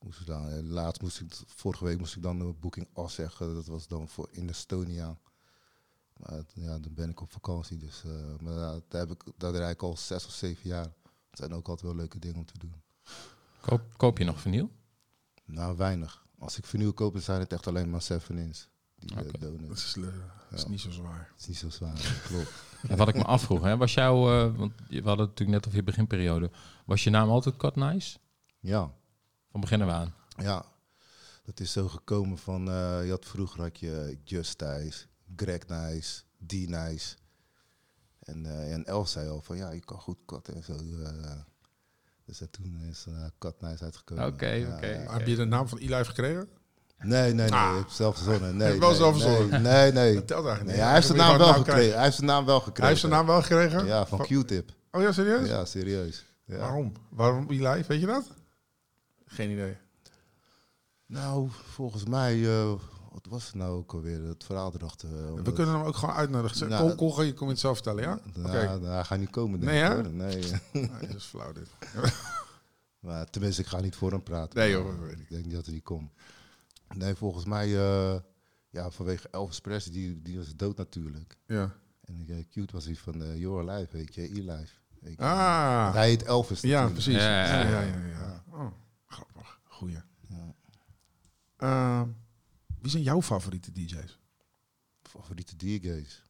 C: Moest ik dan, eh, laatst moest ik, vorige week moest ik dan de boeking afzeggen. Dat was dan voor in Estonia. Maar het- ja, dan ben ik op vakantie. Dus, eh, maar ja, daar, heb ik, daar draai ik al zes of zeven jaar. Het zijn ook altijd wel leuke dingen om te doen.
B: Koop, koop je nog vinyl?
C: Nou, weinig. Als ik vernieuw koop, dan zijn het echt alleen maar 7-ins. Die eh,
B: Oké.
C: donuts.
A: Dat is, eh, dat is
C: Ja.
A: niet zo zwaar.
C: Het is niet zo zwaar, (laughs) klopt.
B: En wat ik me afvroeg, hè, was jouw, eh, want je- we hadden het natuurlijk net over je beginperiode, was je naam altijd Cut Nice?
C: Ja,
B: Van beginnen we aan.
C: ja. Dat is zo gekomen van, eh, je had vroeger had je Just Thijs, Greg Nice, D Nice. En, eh, en Els zei al van, ja, je kan goed katten en zo. eh. dus en toen is eh, Kat Nice uitgekomen.
B: Oké,
C: Ja,
B: oké.
C: ja.
A: Heb je de naam van Eli gekregen?
C: Nee, nee, nee,
A: Ah.
C: ik heb het zelf verzonnen. Nee,
A: Je hebt wel
C: nee,
A: zelf
C: nee,
A: verzonnen.
C: Nee, nee.
A: Dat telt eigenlijk
C: Nee,
A: niet.
C: hij, heeft
A: Dan
C: zijn
A: moet je gewoon
C: naam wel
A: een naam
C: gekregen. hij heeft zijn naam wel gekregen.
A: Hij heeft zijn naam wel gekregen?
C: Ja, van Q-tip.
A: Oh ja, serieus?
C: Ja, serieus. Ja.
A: Waarom? Waarom Eli? Weet je dat? Geen idee.
C: Nou, volgens mij, eh, wat was het nou ook alweer? Het verhaal erachter. eh,
A: We
C: omdat-
A: kunnen hem ook gewoon uitnodigen. Zeg,
C: Nou,
A: kom, kom, ga je komt het zelf vertellen,
C: (laughs)
A: ja?
C: Nou,
A: Oké.
C: nou, hij gaat niet komen, denk
A: Nee,
C: ik.
A: hè?
C: hoor. Nee, eh.
A: Ah, dit is flauw dit.
C: maar, tenminste, ik ga niet voor hem praten.
A: Nee, joh, dat weet ik.
C: Ik denk niet dat hij niet komt. Nee, volgens mij, eh, ja, vanwege Elvis Presley, die, die was dood natuurlijk.
A: Ja.
C: En eh, cute was hij van eh Your Alive, weet je, E-Life. weet je. Want
A: Ah,
C: Hij heet Elvis
A: ja,
C: natuurlijk.
A: precies.
B: Ja, ja,
A: Ja,
B: ja.
A: ja, ja. ja. Oh, grappig. Goeie.
C: Ja.
A: Ehm, wie zijn jouw favoriete DJ's?
C: Favoriete DJ's.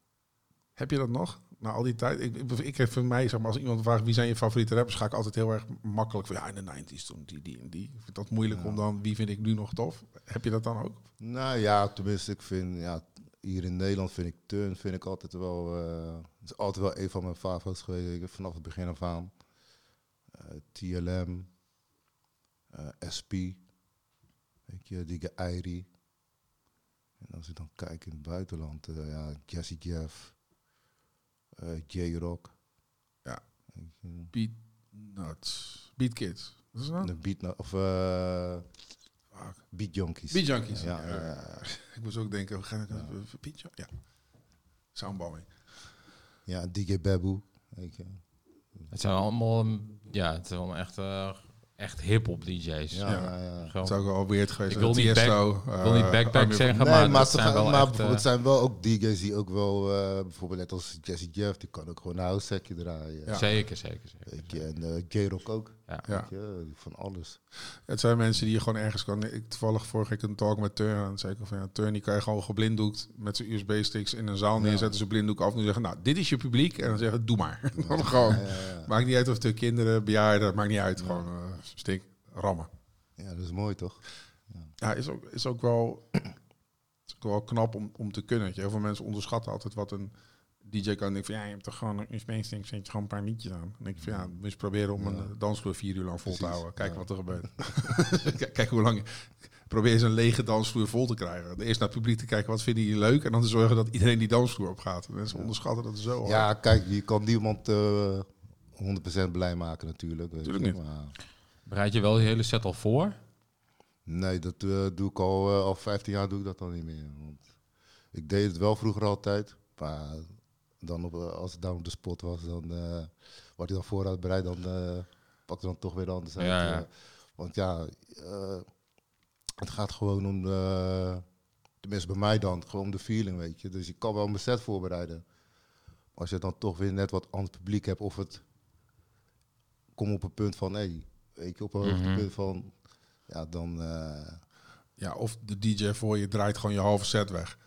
A: Heb je dat nog? Na al die tijd? Ik, ik, ik heb voor mij, zeg maar, als iemand vraagt wie zijn je favoriete rappers, ga ik altijd heel erg makkelijk van ja, in de 90s toen die, die en die. Ik vind dat moeilijk
C: Ja.
A: om dan wie vind ik nu nog tof. Heb je dat dan ook?
C: Nou ja, tenminste, ik vind, ja, hier in Nederland vind ik Turn vind ik altijd wel, eh, is altijd wel een van mijn favorieten geweest, ik- vanaf het begin af aan. Eh, TLM, eh, SP, weet je, die Airi. En als ik dan kijk in het buitenland, eh, ja, Jesse Jeff, eh, J-Rock.
A: Ja.
C: Weet je,
A: Beat Nuts. Nou, Beat Kids. Wat is dat?
C: De beat, nou- of eh,
A: Fuck.
C: beat junkies.
A: Beat Junkies.
C: Ja, ja,
A: Ja.
C: ja.
A: Ik moest ook denken, we gaan ja. Beat Junk- Ja. Soundbombing.
C: ja DJ Babu. Weet je.
B: Het zijn allemaal, mm, ja, het zijn allemaal echt, eh, echt hip-hop DJ's.
C: Ja,
A: Ja.
C: ja, ja.
B: Gewoon-
A: Dat is ook wel weird geweest.
B: Ik wil niet
A: Tiesto,
B: ik wil niet
A: eh,
B: backpack
A: Armin van-
B: zeggen,
C: nee,
B: maar,
C: maar,
B: dat
C: ze
B: zijn
C: gaan-
B: wel
C: maar
B: echt, eh,
C: het zijn wel ook DJ's die ook wel, eh, bijvoorbeeld net als Jesse Jeff, die kan ook gewoon een house setje draaien.
A: Ja.
B: Zeker, zeker, zeker.
C: Weet je, en eh J-Rock ook,
A: Ja.
C: weet je, eh, van alles.
A: Het zijn mensen die je gewoon ergens kan. Ik toevallig vorige week een talk met Turn. En toen zei ik al van ja, Turn die kan je gewoon geblinddoekt met zijn USB-sticks in een zaal neerzetten. Ze blinddoek af en dan zeggen, nou, dit is je publiek. En dan zeggen, doe maar. (laughs) Dan gewoon.
C: Ja, ja.
A: Maakt niet uit of de kinderen, bejaarden, maakt niet uit. Gewoon eh, stik, rammen.
C: ja, dat is mooi toch?
A: Ja, (clears throat) is ook, is ook wel. wel knap om, om te kunnen. weet je. Heel veel mensen onderschatten altijd wat een DJ kan. Ik denk van, ja, je hebt toch gewoon een USB-stick, zet je gewoon een paar liedjes aan. En ik van, ja, moet je proberen om
C: Ja.
A: een eh, dansvloer vier uur lang vol te
C: Precies,
A: houden. Kijken
C: ja.
A: wat er (laughs) gebeurt. Kijk- Kijk hoe lang... je- Probeer eens een lege dansvloer vol te krijgen. Eerst naar het publiek te kijken, wat vinden jullie leuk? En dan te zorgen dat iedereen die dansvloer opgaat. Mensen onderschatten dat zo hard.
C: Ja, kijk, je kan niemand eh 100% blij maken natuurlijk. weet
A: Tuurlijk
C: je,
A: niet.
C: maar-
B: Bereid je wel die hele set al voor?
C: nee, dat eh, doe ik al, eh, al 15 jaar doe ik dat al niet meer. Want ik deed het wel vroeger altijd, maar dan op, eh, als het dan op de spot was, dan eh wat ik dan voorraad bereid, dan eh pak ik dan toch weer anders uit.
B: Ja, ja.
C: eh. want ja, eh, het gaat gewoon om, eh, de, tenminste bij mij dan, gewoon om de feeling, weet je. Dus ik kan wel mijn set voorbereiden. Als je dan toch weer net wat ander publiek hebt, of het kom op een punt van, hé, weet je, op een
A: Mhm.
C: hoogtepunt van, ja, dan...
A: (laughs)
C: eh,
A: Ja, of de DJ voor je draait gewoon je halve set weg.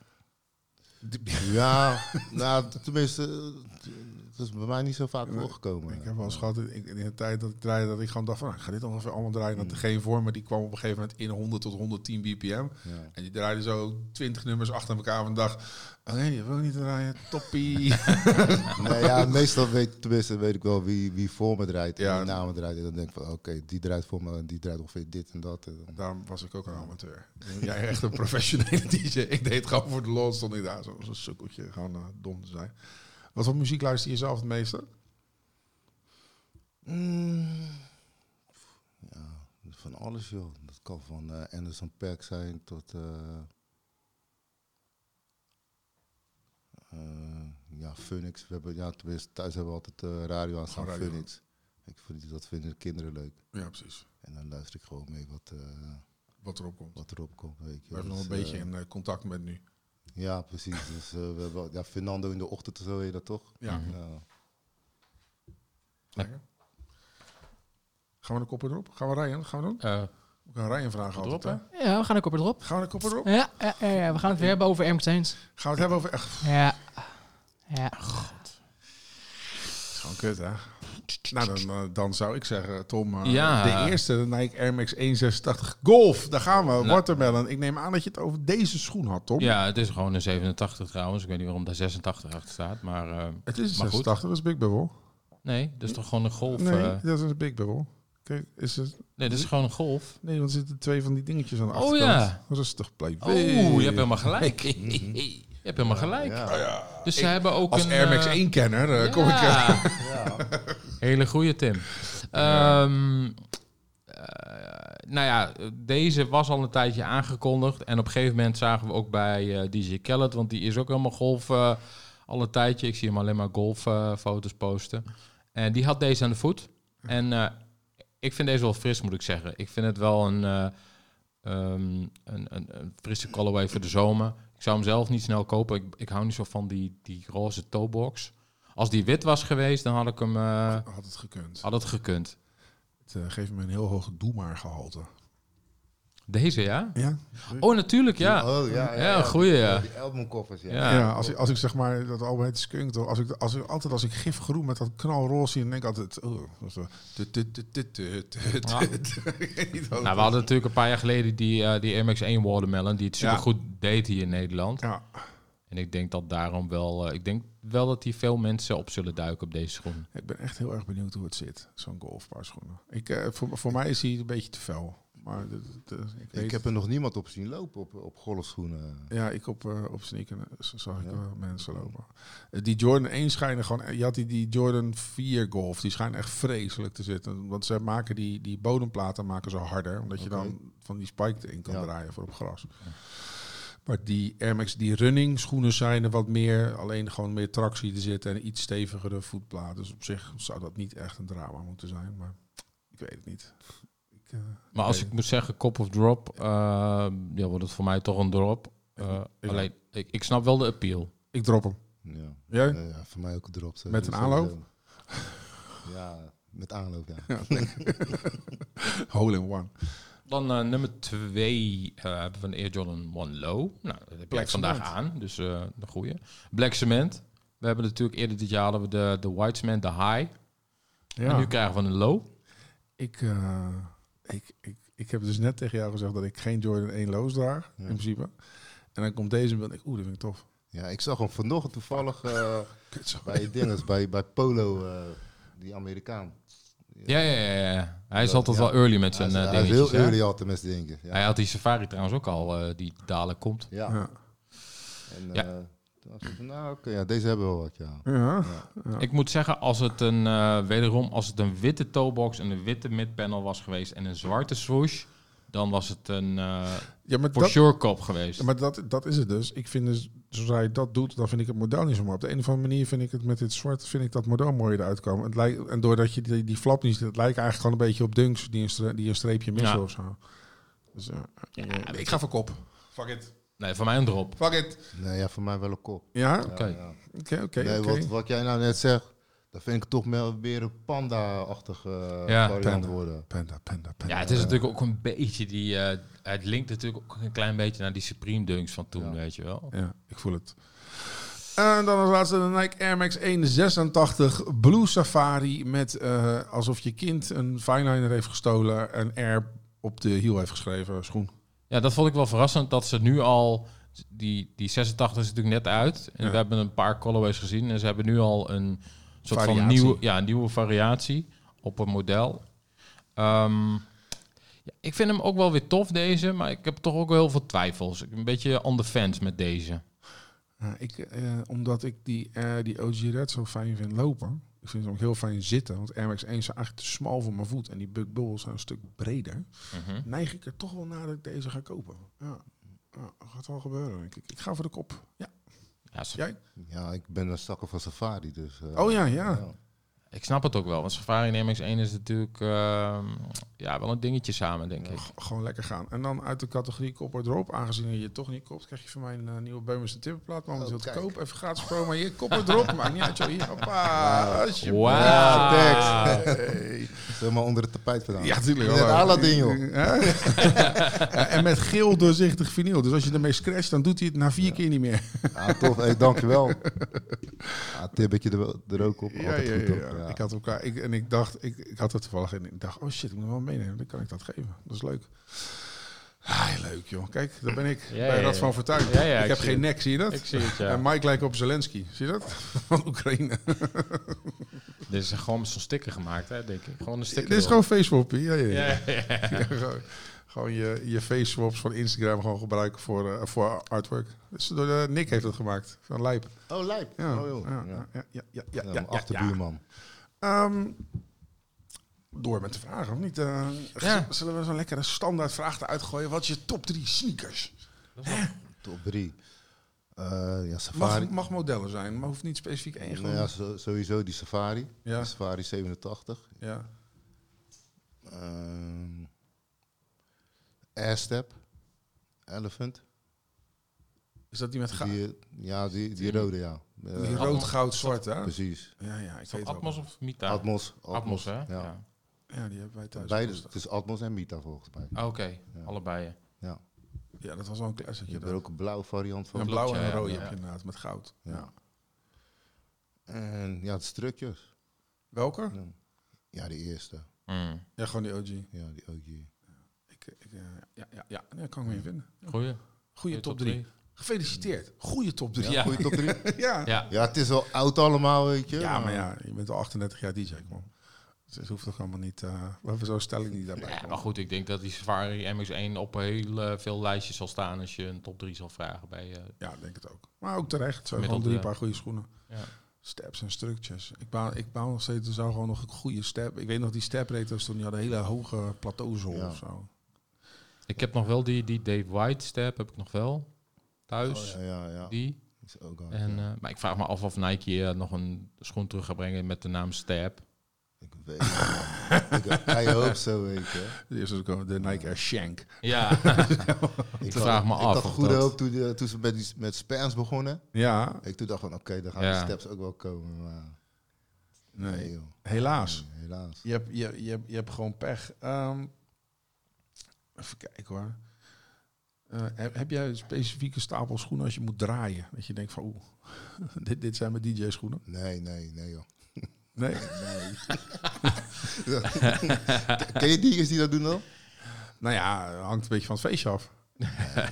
C: ja, nou, tenminste, eh, het is bij mij niet zo vaak voorgekomen.
A: Ik heb wel eens gehad in, in de tijd dat ik draaide, dat ik gewoon dacht van, nou, ik ga dit ongeveer allemaal draaien. Dat er geen vorm, maar die kwam op een gegeven moment in 100 tot 110 bpm. (laughs)
C: Ja.
A: En die draaide zo 20 nummers achter elkaar van dag. Oh nee, die wil ik niet draaien. Toppie. (laughs)
C: Nee, ja, meestal weet, tenminste weet ik wel wie, wie voor me draait en
A: Ja.
C: die namen draait. En dan denk ik van, oké, die draait voor me en die draait ongeveer dit en dat. En dan-
A: Daarom was ik ook een amateur. Jij echt een professionele (laughs) DJ. Ik deed het gewoon voor de lol. Stond ik daar zo- zo'n sukkeltje. Gewoon eh, dom te zijn. Wat voor muziek luister je zelf het meeste?
C: Mm, ja, van alles joh. Dat kan van eh, Anderson Paak zijn tot... eh, eh, ja, Phoenix. We hebben, ja, tenminste, thuis hebben we altijd eh, radio aan staan,
A: Gewoon radio.
C: Phoenix. Ik vind, dat vinden de kinderen leuk.
A: Ja, precies.
C: En dan luister ik gewoon mee wat, eh,
A: Wat erop komt.
C: wat erop komt. Weet je.
A: We hebben
C: Dus,
A: nog een beetje
C: eh,
A: in eh, contact met nu.
C: Ja,
A: (laughs)
C: precies. Dus eh, we hebben, ja, Fernando in de ochtend, zo heet dat toch?
A: Ja.
C: Ja.
A: Lekker. Gaan we de koppen erop? Gaan we Ryan? Gaan we doen?
B: Eh,
A: Ik kan Ryan vragen
B: Erop,
A: altijd. hè?
D: Ja, we gaan ook op erop.
A: Gaan we de koppen erop?
D: Ja, ja, ja, ja, we gaan het weer hebben over Entertains.
A: Gaan we het hebben over... Echt,
D: Ja. Ja.
A: het is gewoon kut, hè? Nou, dan, eh, dan zou ik zeggen, Tom, eh,
B: Ja.
A: de eerste, de Nike Air Max 186 Golf. Daar gaan we, watermelon. Ik neem aan dat je het over deze schoen had, Tom.
B: Nou. ja, het is gewoon een 87 trouwens. Ik weet niet waarom daar 86 achter staat. Maar eh,
A: Het is een
B: Maar goed.
A: 86, dat is Big Bubble.
B: nee, dat is toch gewoon een golf?
A: nee,
B: eh,
A: dat is een Big Bubble. Kijk, is het...
B: nee, dat is gewoon een golf.
A: Nee, want er zitten twee van die dingetjes aan de
B: Oh,
A: achterkant.
B: ja.
A: Rustig, play.
B: Oeh, je hebt helemaal
A: (laughs)
B: gelijk. je hebt helemaal gelijk. Dus ze hebben ook
A: Oh, Als
B: een...
A: Air Max
B: eh,
A: 1-kenner eh, kom ik... eh,
B: ja. Hele goede Tim. Ehm, eh, nou ja, deze was al een tijdje aangekondigd. En op een gegeven moment zagen we ook bij eh, DJ Kellet, want die is ook helemaal golf eh, al een tijdje. Ik zie hem alleen maar golffoto's posten. En die had deze aan de voet. En eh, ik vind deze wel fris, moet ik zeggen. Ik vind het wel een, eh, ehm, een, een, een frisse colorway voor de zomer. Ik zou hem zelf niet snel kopen. Ik, ik hou niet zo van die, die roze toebox. Als die wit was geweest, dan had ik hem eh,
A: Had het gekund.
B: had het gekund.
A: Het eh, geeft me een heel hoog doe maar gehalte.
B: Deze, ja?
A: Ja?
B: Oh, natuurlijk, ja.
C: Oh, ja, ja,
B: Ja, goeie, ja.
C: Die albumkoffers, ja.
B: Ja.
A: Ja, als ik, als ik zeg maar, dat album heet Skunk, toch? als ik, als ik, altijd als ik gif groen met dat knalroze zie, dan denk ik altijd... Oh, dat is wel- tut, tut, tut, tut, tut, tut,
B: Ja.
A: tut. (laughs) Ik weet niet wat het
B: Nou, we
A: is.
B: hadden natuurlijk een paar jaar geleden die, eh die Air Max 1 Watermelon, die het
A: Ja.
B: supergoed deed hier in Nederland.
A: Ja,
B: En ik denk dat daarom wel, eh, ik denk wel dat hier veel mensen op zullen duiken op deze schoen.
A: ik ben echt heel erg benieuwd hoe het zit, zo'n golfpaar schoenen. Ik, eh, voor, voor mij is hij een beetje te fel. Maar dat- dat- ik, weet,
C: Ik heb er nog niemand op zien lopen op, op golfschoenen.
A: Ja, ik op, eh, op sneakers zag ik
C: Ja.
A: wel mensen lopen. Eh, Die Jordan 1 schijnen gewoon... eh, Je had die, die Jordan 4 Golf. Die schijnen echt vreselijk te zitten. Want ze maken die, die bodemplaten maken ze harder. Omdat je
C: Oké.
A: dan van die spike erin kan
C: Ja.
A: draaien voor op gras. Maar die Air Max, die running schoenen zijn er wat meer. Alleen gewoon meer tractie te zitten. En een iets stevigere voetplaat. Dus op zich zou dat niet echt een drama moeten zijn. Maar ik weet het niet. Ik, eh,
B: Maar als
A: Nee.
B: ik moet zeggen, kop of drop, eh, ja, wordt het voor mij toch een drop. Eh,
A: Ja.
B: Alleen, ik, ik snap wel de appeal.
A: ik drop hem.
C: Ja.
A: Jij?
C: Eh, ja, voor mij ook een drop. zo.
A: Met een
C: Dus,
A: aanloop?
C: eh, Ja, met aanloop, ja.
A: Hole in one.
B: Dan eh, nummer twee eh, hebben we een Air Jordan One Low. Nou, dat heb
A: Black
B: ik vandaag
A: Cement.
B: aan, dus eh, de goede. Black Cement. We hebben natuurlijk eerder dit jaar hadden we de, de White Cement, de High. En nu krijgen we een Low.
A: Ik, eh, ik, ik, ik heb dus net tegen jou gezegd dat ik geen Jordan 1 loos draag, in principe. En dan komt deze en ben ik, oeh, dat vind ik tof.
C: Ja, ik zag hem vanochtend
A: (laughs)
C: toevallig eh,
A: Kut, zo.
C: bij dinges, bij, bij Polo, eh, die Amerikaan.
B: Ja, ja, ja. ja. Hij is
C: Dat-
B: altijd
C: ja.
B: wel early met
C: Hij
B: zijn
C: is,
B: eh,
C: hij is
B: dingetjes.
C: heel
B: hè?
C: early al te mensen denken. Ja.
B: Hij had die safari trouwens ook al, eh, die dadelijk komt.
C: ja.
A: Ja.
C: En
B: Ja.
C: eh, toen was ik van, nou oké, ja, deze hebben we wel wat, ja.
A: Ja.
B: Ik moet zeggen, als het een, eh, wederom, als het een witte toebox en een witte midpanel was geweest en een zwarte swoosh, dan was het een eh
A: ja, maar,
B: for
A: dat,
B: sure kop geweest.
A: ja, maar dat, dat is het dus. Ik vind dus, zodra je dat doet, dan vind ik het model niet zo mooi. Op de een of andere manier vind ik het met dit zwart, vind ik dat model mooier eruit komen. Het lijkt, en doordat je die, die flap niet ziet, het lijkt eigenlijk gewoon een beetje op Dunks, die een, stre- die een streepje missen
B: Ja.
A: of zo. Dus, eh, eh, ik ga voor kop. Fuck it.
B: Nee, van mij een drop.
A: Fuck it.
C: Nee, ja, voor mij wel een kop.
A: Ja?
C: Ja,
A: Oké,
B: Oké.
C: ja.
A: oké,
C: nee,
A: oké.
C: Wat, wat jij nou net zegt, dat vind ik toch wel weer een panda-achtige eh,
B: Ja.
C: variant
A: Panda.
C: worden.
A: Panda, panda, panda.
B: Ja, het is natuurlijk ook een beetje die... eh, het linkt natuurlijk ook een klein beetje naar die Supreme Dunks van toen,
C: Ja.
B: weet je wel.
A: Ja, ik voel het. En dan als laatste de Nike Air Max 186 Blue Safari met eh, alsof je kind een fineliner heeft gestolen en Air op de hiel heeft geschreven schoen.
B: Ja, dat vond ik wel verrassend dat ze nu al... Die, die 86 is natuurlijk net uit. En
A: Ja.
B: we hebben een paar colorways gezien. En ze hebben nu al een soort van
A: Variatie.
B: nieuwe, ja, een nieuwe variatie op een model. Ehm, ja, ik vind hem ook wel weer tof, deze. Maar ik heb toch ook wel heel veel twijfels. Ik ben een beetje on the fence met deze.
A: Ja, ik, eh, omdat ik die, eh, die OG Red zo fijn vind lopen. Ik vind hem ook heel fijn zitten, want Air Max 1 is eigenlijk te smal voor mijn voet en die Bug Bubbles zijn een stuk breder.
B: Mhm.
A: Neig ik er toch wel naar dat ik deze ga kopen. Ja, ja gaat wel gebeuren denk ik. Ik ga voor de kop. Ja,
B: Ja, ze-
A: jij?
C: Ja, ik ben een zakker van safari, dus... eh,
A: Oh ja, ja.
B: Ik snap het ook wel. Want Safari NMX1 is natuurlijk ehm, ja, wel een dingetje samen, denk ik.
A: G- gewoon lekker gaan. En dan uit de categorie kopper erop. Aangezien je het toch niet koopt, krijg je van mij een eh, nieuwe Beumers en Timmerplaat. Momenteel
C: Oh,
A: te
C: kijk.
A: koop. Even gratis promo hier. Kopper erop. Maar niet uit, joh. Hier, hoppa.
C: Wauw.
A: Alsjeblieft.
B: Wauw.
C: (laughs) Ja,
A: Hey.
C: Zeg maar onder het tapijt vandaan.
A: Ja, natuurlijk.
C: Net Aladdin,
A: (laughs)
C: joh.
A: en met geel doorzichtig vinyl. Dus als je ermee scratcht, dan doet hij het na vier keer niet meer.
C: Ah, tof.
A: (laughs)
C: Hey, dankjewel. Ah, tibbetje er, wel- er ook op. Altijd goed, hoor. Ja.
A: Ik had elkaar, ik, en ik dacht, ik, ik had het toevallig en ik dacht, oh shit, ik moet hem wel meenemen. Dan kan ik dat geven. Dat is leuk. Ah, leuk joh. Kijk, daar ben ik.
B: Ja,
A: bij
B: ja,
A: Rad
B: ja.
A: van Fortuin.
B: Ja, ja,
A: ik
B: ik
A: heb
B: zie
A: geen
B: het.
A: nek, zie je dat?
B: Ik zie het,
A: En
B: ja.
A: Mike lijkt op Zelensky. Zie je dat? (laughs) Van Oekraïne.
B: Dit is gewoon met zo'n sticker gemaakt, hè, denk ik. Gewoon een sticker.
A: Dit is gewoon Facebook. Ja, ja, ja.
B: Ja, ja, ja.
A: (laughs) Ja, gewoon- gewoon je, je face swaps van Instagram gewoon gebruiken voor, eh, voor artwork. Dus door, eh, Nick heeft dat gemaakt. Van Lijp.
C: Oh, lijp.
A: Ja,
C: Oh, joh.
A: ja,
C: Ja.
A: ja, ja, ja, ja,
C: Ja,
A: ja,
C: mijn
A: ja.
C: achterbuurman.
A: Ehm, door met de vragen, of niet? Eh,
B: Ja.
A: Zullen we zo'n lekkere standaard vraag eruit gooien? Wat is je top 3 sneakers?
C: Top 3. Eh, ja, Safari.
A: Mag, mag modellen zijn, maar hoeft niet specifiek één.
C: Nou
A: gewoon-
C: ja, zo- sowieso die Safari.
A: Ja.
C: Die Safari 87.
A: ja.
C: Ehm Airstep. Elephant.
A: Is dat die met goud?
C: Die, eh, ja, die, die rode, ja. Eh,
A: Die rood, goud, zwart, hè?
C: Precies.
A: Ja, ja, ik
B: Is dat
A: weet het
B: Atmos
A: wel.
B: of Mita?
C: Atmos.
B: Atmos, hè?
C: Ja.
B: Ja.
A: Ja, die hebben wij thuis.
C: Beide, het is Atmos en Mita volgens mij.
B: Ah, Oké, allebei.
C: Ja.
A: Ja, dat was wel een klassiek.
C: Je hebt er ook een blauwe variant van.
A: Een
B: Klopt,
A: blauw en
B: ja,
A: een
B: ja,
A: rood
B: ja.
A: heb je inderdaad, met goud.
C: Ja. En ja, de strukjes.
A: Welke?
C: Ja. Ja, die eerste.
B: Mm.
A: Ja, gewoon die OG.
C: Ja, die OG.
A: Ik, ik, eh, ja, ja, ja, ja, kan ik me in vinden.
B: Goeie.
A: Goeie top 3. Gefeliciteerd. Goeie top 3.
B: Ja.
C: Goeie top 3.
A: (laughs)
B: (laughs)
A: ja.
B: Ja.
C: ja, het is wel oud allemaal, weet je.
A: Ja, maar ja, je bent al 38 jaar DJ, man. Dus het hoeft toch allemaal niet... eh, we hebben zo'n stelling niet daarbij.
B: Ja,
A: komt.
B: maar goed, ik denk dat die Safari MX1 op heel eh, veel lijstjes zal staan als je een top 3 zal vragen bij... eh,
A: Ja, ik denk het ook. Maar ook terecht. Zo gewoon
B: Gemiddeld,
A: drie
B: ja.
A: paar goede schoenen.
B: Ja.
A: Steps en structures. Ik baal, ik baal nog steeds, er zou gewoon nog een goede step... Ik weet nog, die step reto's toen, die hadden hele hoge plateaus
C: Ja.
A: of zo.
B: Ik heb nog wel die, die Dave White step, heb ik nog wel. Thuis,
C: Oh, ja, ja, ja.
B: Dus. die.
C: Is ook al-
B: En, eh, maar ik vraag me af of Nike eh, nog een schoen terug gaat brengen met de naam Step. eh,
C: Ik weet het. (laughs) Ik hoop zo, weet je.
A: (laughs) De eerste ook de Nike Air Shank.
B: (laughs) Ja,
C: Ik
B: vraag me
C: had,
B: af
C: Ik
B: of
C: had goede
B: dat-
C: hoop toen, die- toen ze met, die, met Spans begonnen.
A: Ja,
C: Ik toen dacht van, oké, dan gaan
B: Ja.
C: de steps ook wel komen. Maar nee,
A: nee.
C: joh.
A: Helaas.
C: Nee, helaas.
A: Je hebt, je, je, hebt- je hebt gewoon pech. Ehm, even kijken hoor. Eh, heb, heb jij een specifieke stapel schoenen als je moet draaien? Dat je denkt van oeh, (laughs) dit, dit zijn mijn DJ schoenen.
C: Nee, nee, nee, joh.
A: Nee. (laughs)
C: (laughs) Ken je die die dat doen dan?
A: nou ja, hangt een beetje van het feestje af.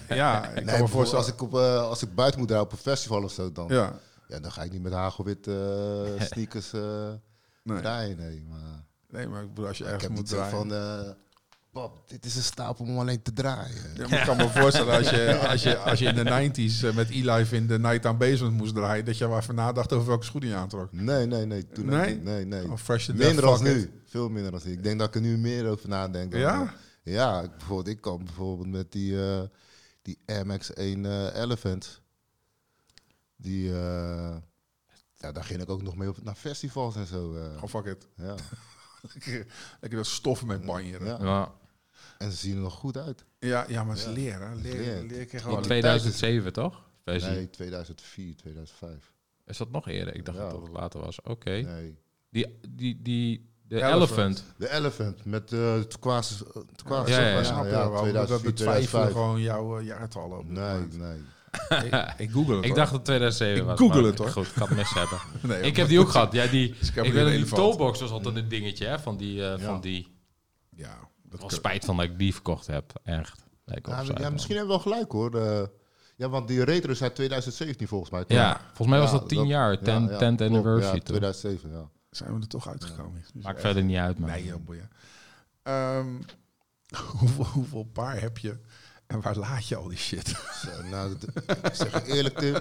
A: Ja, ik kan
C: Nee,
A: me
C: bijvoorbeeld
A: voorstellen.
C: als ik, op, eh, als ik buiten moet draaien op een festival of zo, dan, ja.
A: Ja,
C: dan ga ik niet met hagelwit eh, sneakers eh
A: nee.
C: draaien. Nee, maar
A: nee, maar ik bedoel, als je
C: ik heb
A: ergens moet
C: niet zo
A: draaien...
C: van, eh, pap, dit is een stapel om alleen te draaien.
A: Ja, maar ik kan me voorstellen, als je, als je, als je in de 90s eh, met E-Life in de Night on Basement moest draaien, dat je wel even nadacht over welke schoenen je aantrok.
C: Nee, nee, nee. Toen ook
A: Nee? Oh,
C: niet. nee, nee.
A: Of fresh to
C: Minder
A: death,
C: dan
A: fuck it.
C: nu. Veel minder dan nu. Ik denk dat ik er nu meer over nadenk. dan-
A: Ja?
C: Ja, ik, bijvoorbeeld, ik kan bijvoorbeeld met die, eh, die MX-1 eh, Elephant. Die, eh, ja, daar ging ik ook nog mee op, naar festivals en zo. eh.
A: Oh, fuck it. (laughs)
C: ja.
A: Lekker dat stof mee banjeren. Ja.
C: Ja.
B: Ja,
C: En ze zien er nog goed uit.
A: Ja, maar ze leren.
C: Leer.
A: Leren, leren
B: in
A: gewoon.
C: twee-
B: 2007 toch? Versie.
C: Nee, 2004, 2005.
B: Is dat nog eerder? Ik dacht
C: Ja.
B: dat het later was. Oké.
C: Nee.
B: Die, die, die, de
A: Elephant.
B: elephant.
C: De Elephant met eh het kwaas. het kwaas-
B: Ja, ja, ja.
A: Ja,
B: Ja,
A: snap je wel.
C: 2004,
A: we betwijfelen
C: 2005.
A: gewoon jouw eh, jaartallen. op dit
C: Oh, Nee,
A: moment.
C: nee.
A: Ik, ik google het.
B: (laughs) Ik
A: hoor.
B: dacht dat 2007
A: Ik
B: was.
A: google
B: maar
A: het, hoor.
B: Goed, ik had het mis
C: (laughs)
B: hebben.
A: Nee,
B: ik
A: hoor.
B: heb die ook gehad. Ja, die,
A: Dus (laughs) ik heb weer
B: ik weet dat
A: een
B: die
A: olifant.
B: toolbox was altijd een dingetje, hè? Van die, eh,
C: Ja.
B: van die.
A: Ja, dat
B: Wel
A: kan-
B: spijt van dat ik die verkocht heb. Echt. Nee, ik
C: Ja,
B: opzij,
C: ja,
B: man.
C: misschien hebben we wel gelijk hoor. Eh, ja, want die retro is uit 2017 volgens mij. toch?
B: Ja, volgens mij was
C: Ja,
B: dat 10
C: dat-
B: jaar, 10
C: Ja, ja,
B: 10th
C: klopt.
B: anniversary.
C: Ja,
B: toen.
C: 2007, ja.
A: zijn we er toch uitgekomen. Dus
B: Maakt
A: echt-
B: verder niet uit, man.
A: Nee, joh, boeien. Ehm, (laughs) hoeveel, hoeveel paar heb je en waar laat je al die shit?
C: Zo, nou, dat- ik zeg je eerlijk, Tim.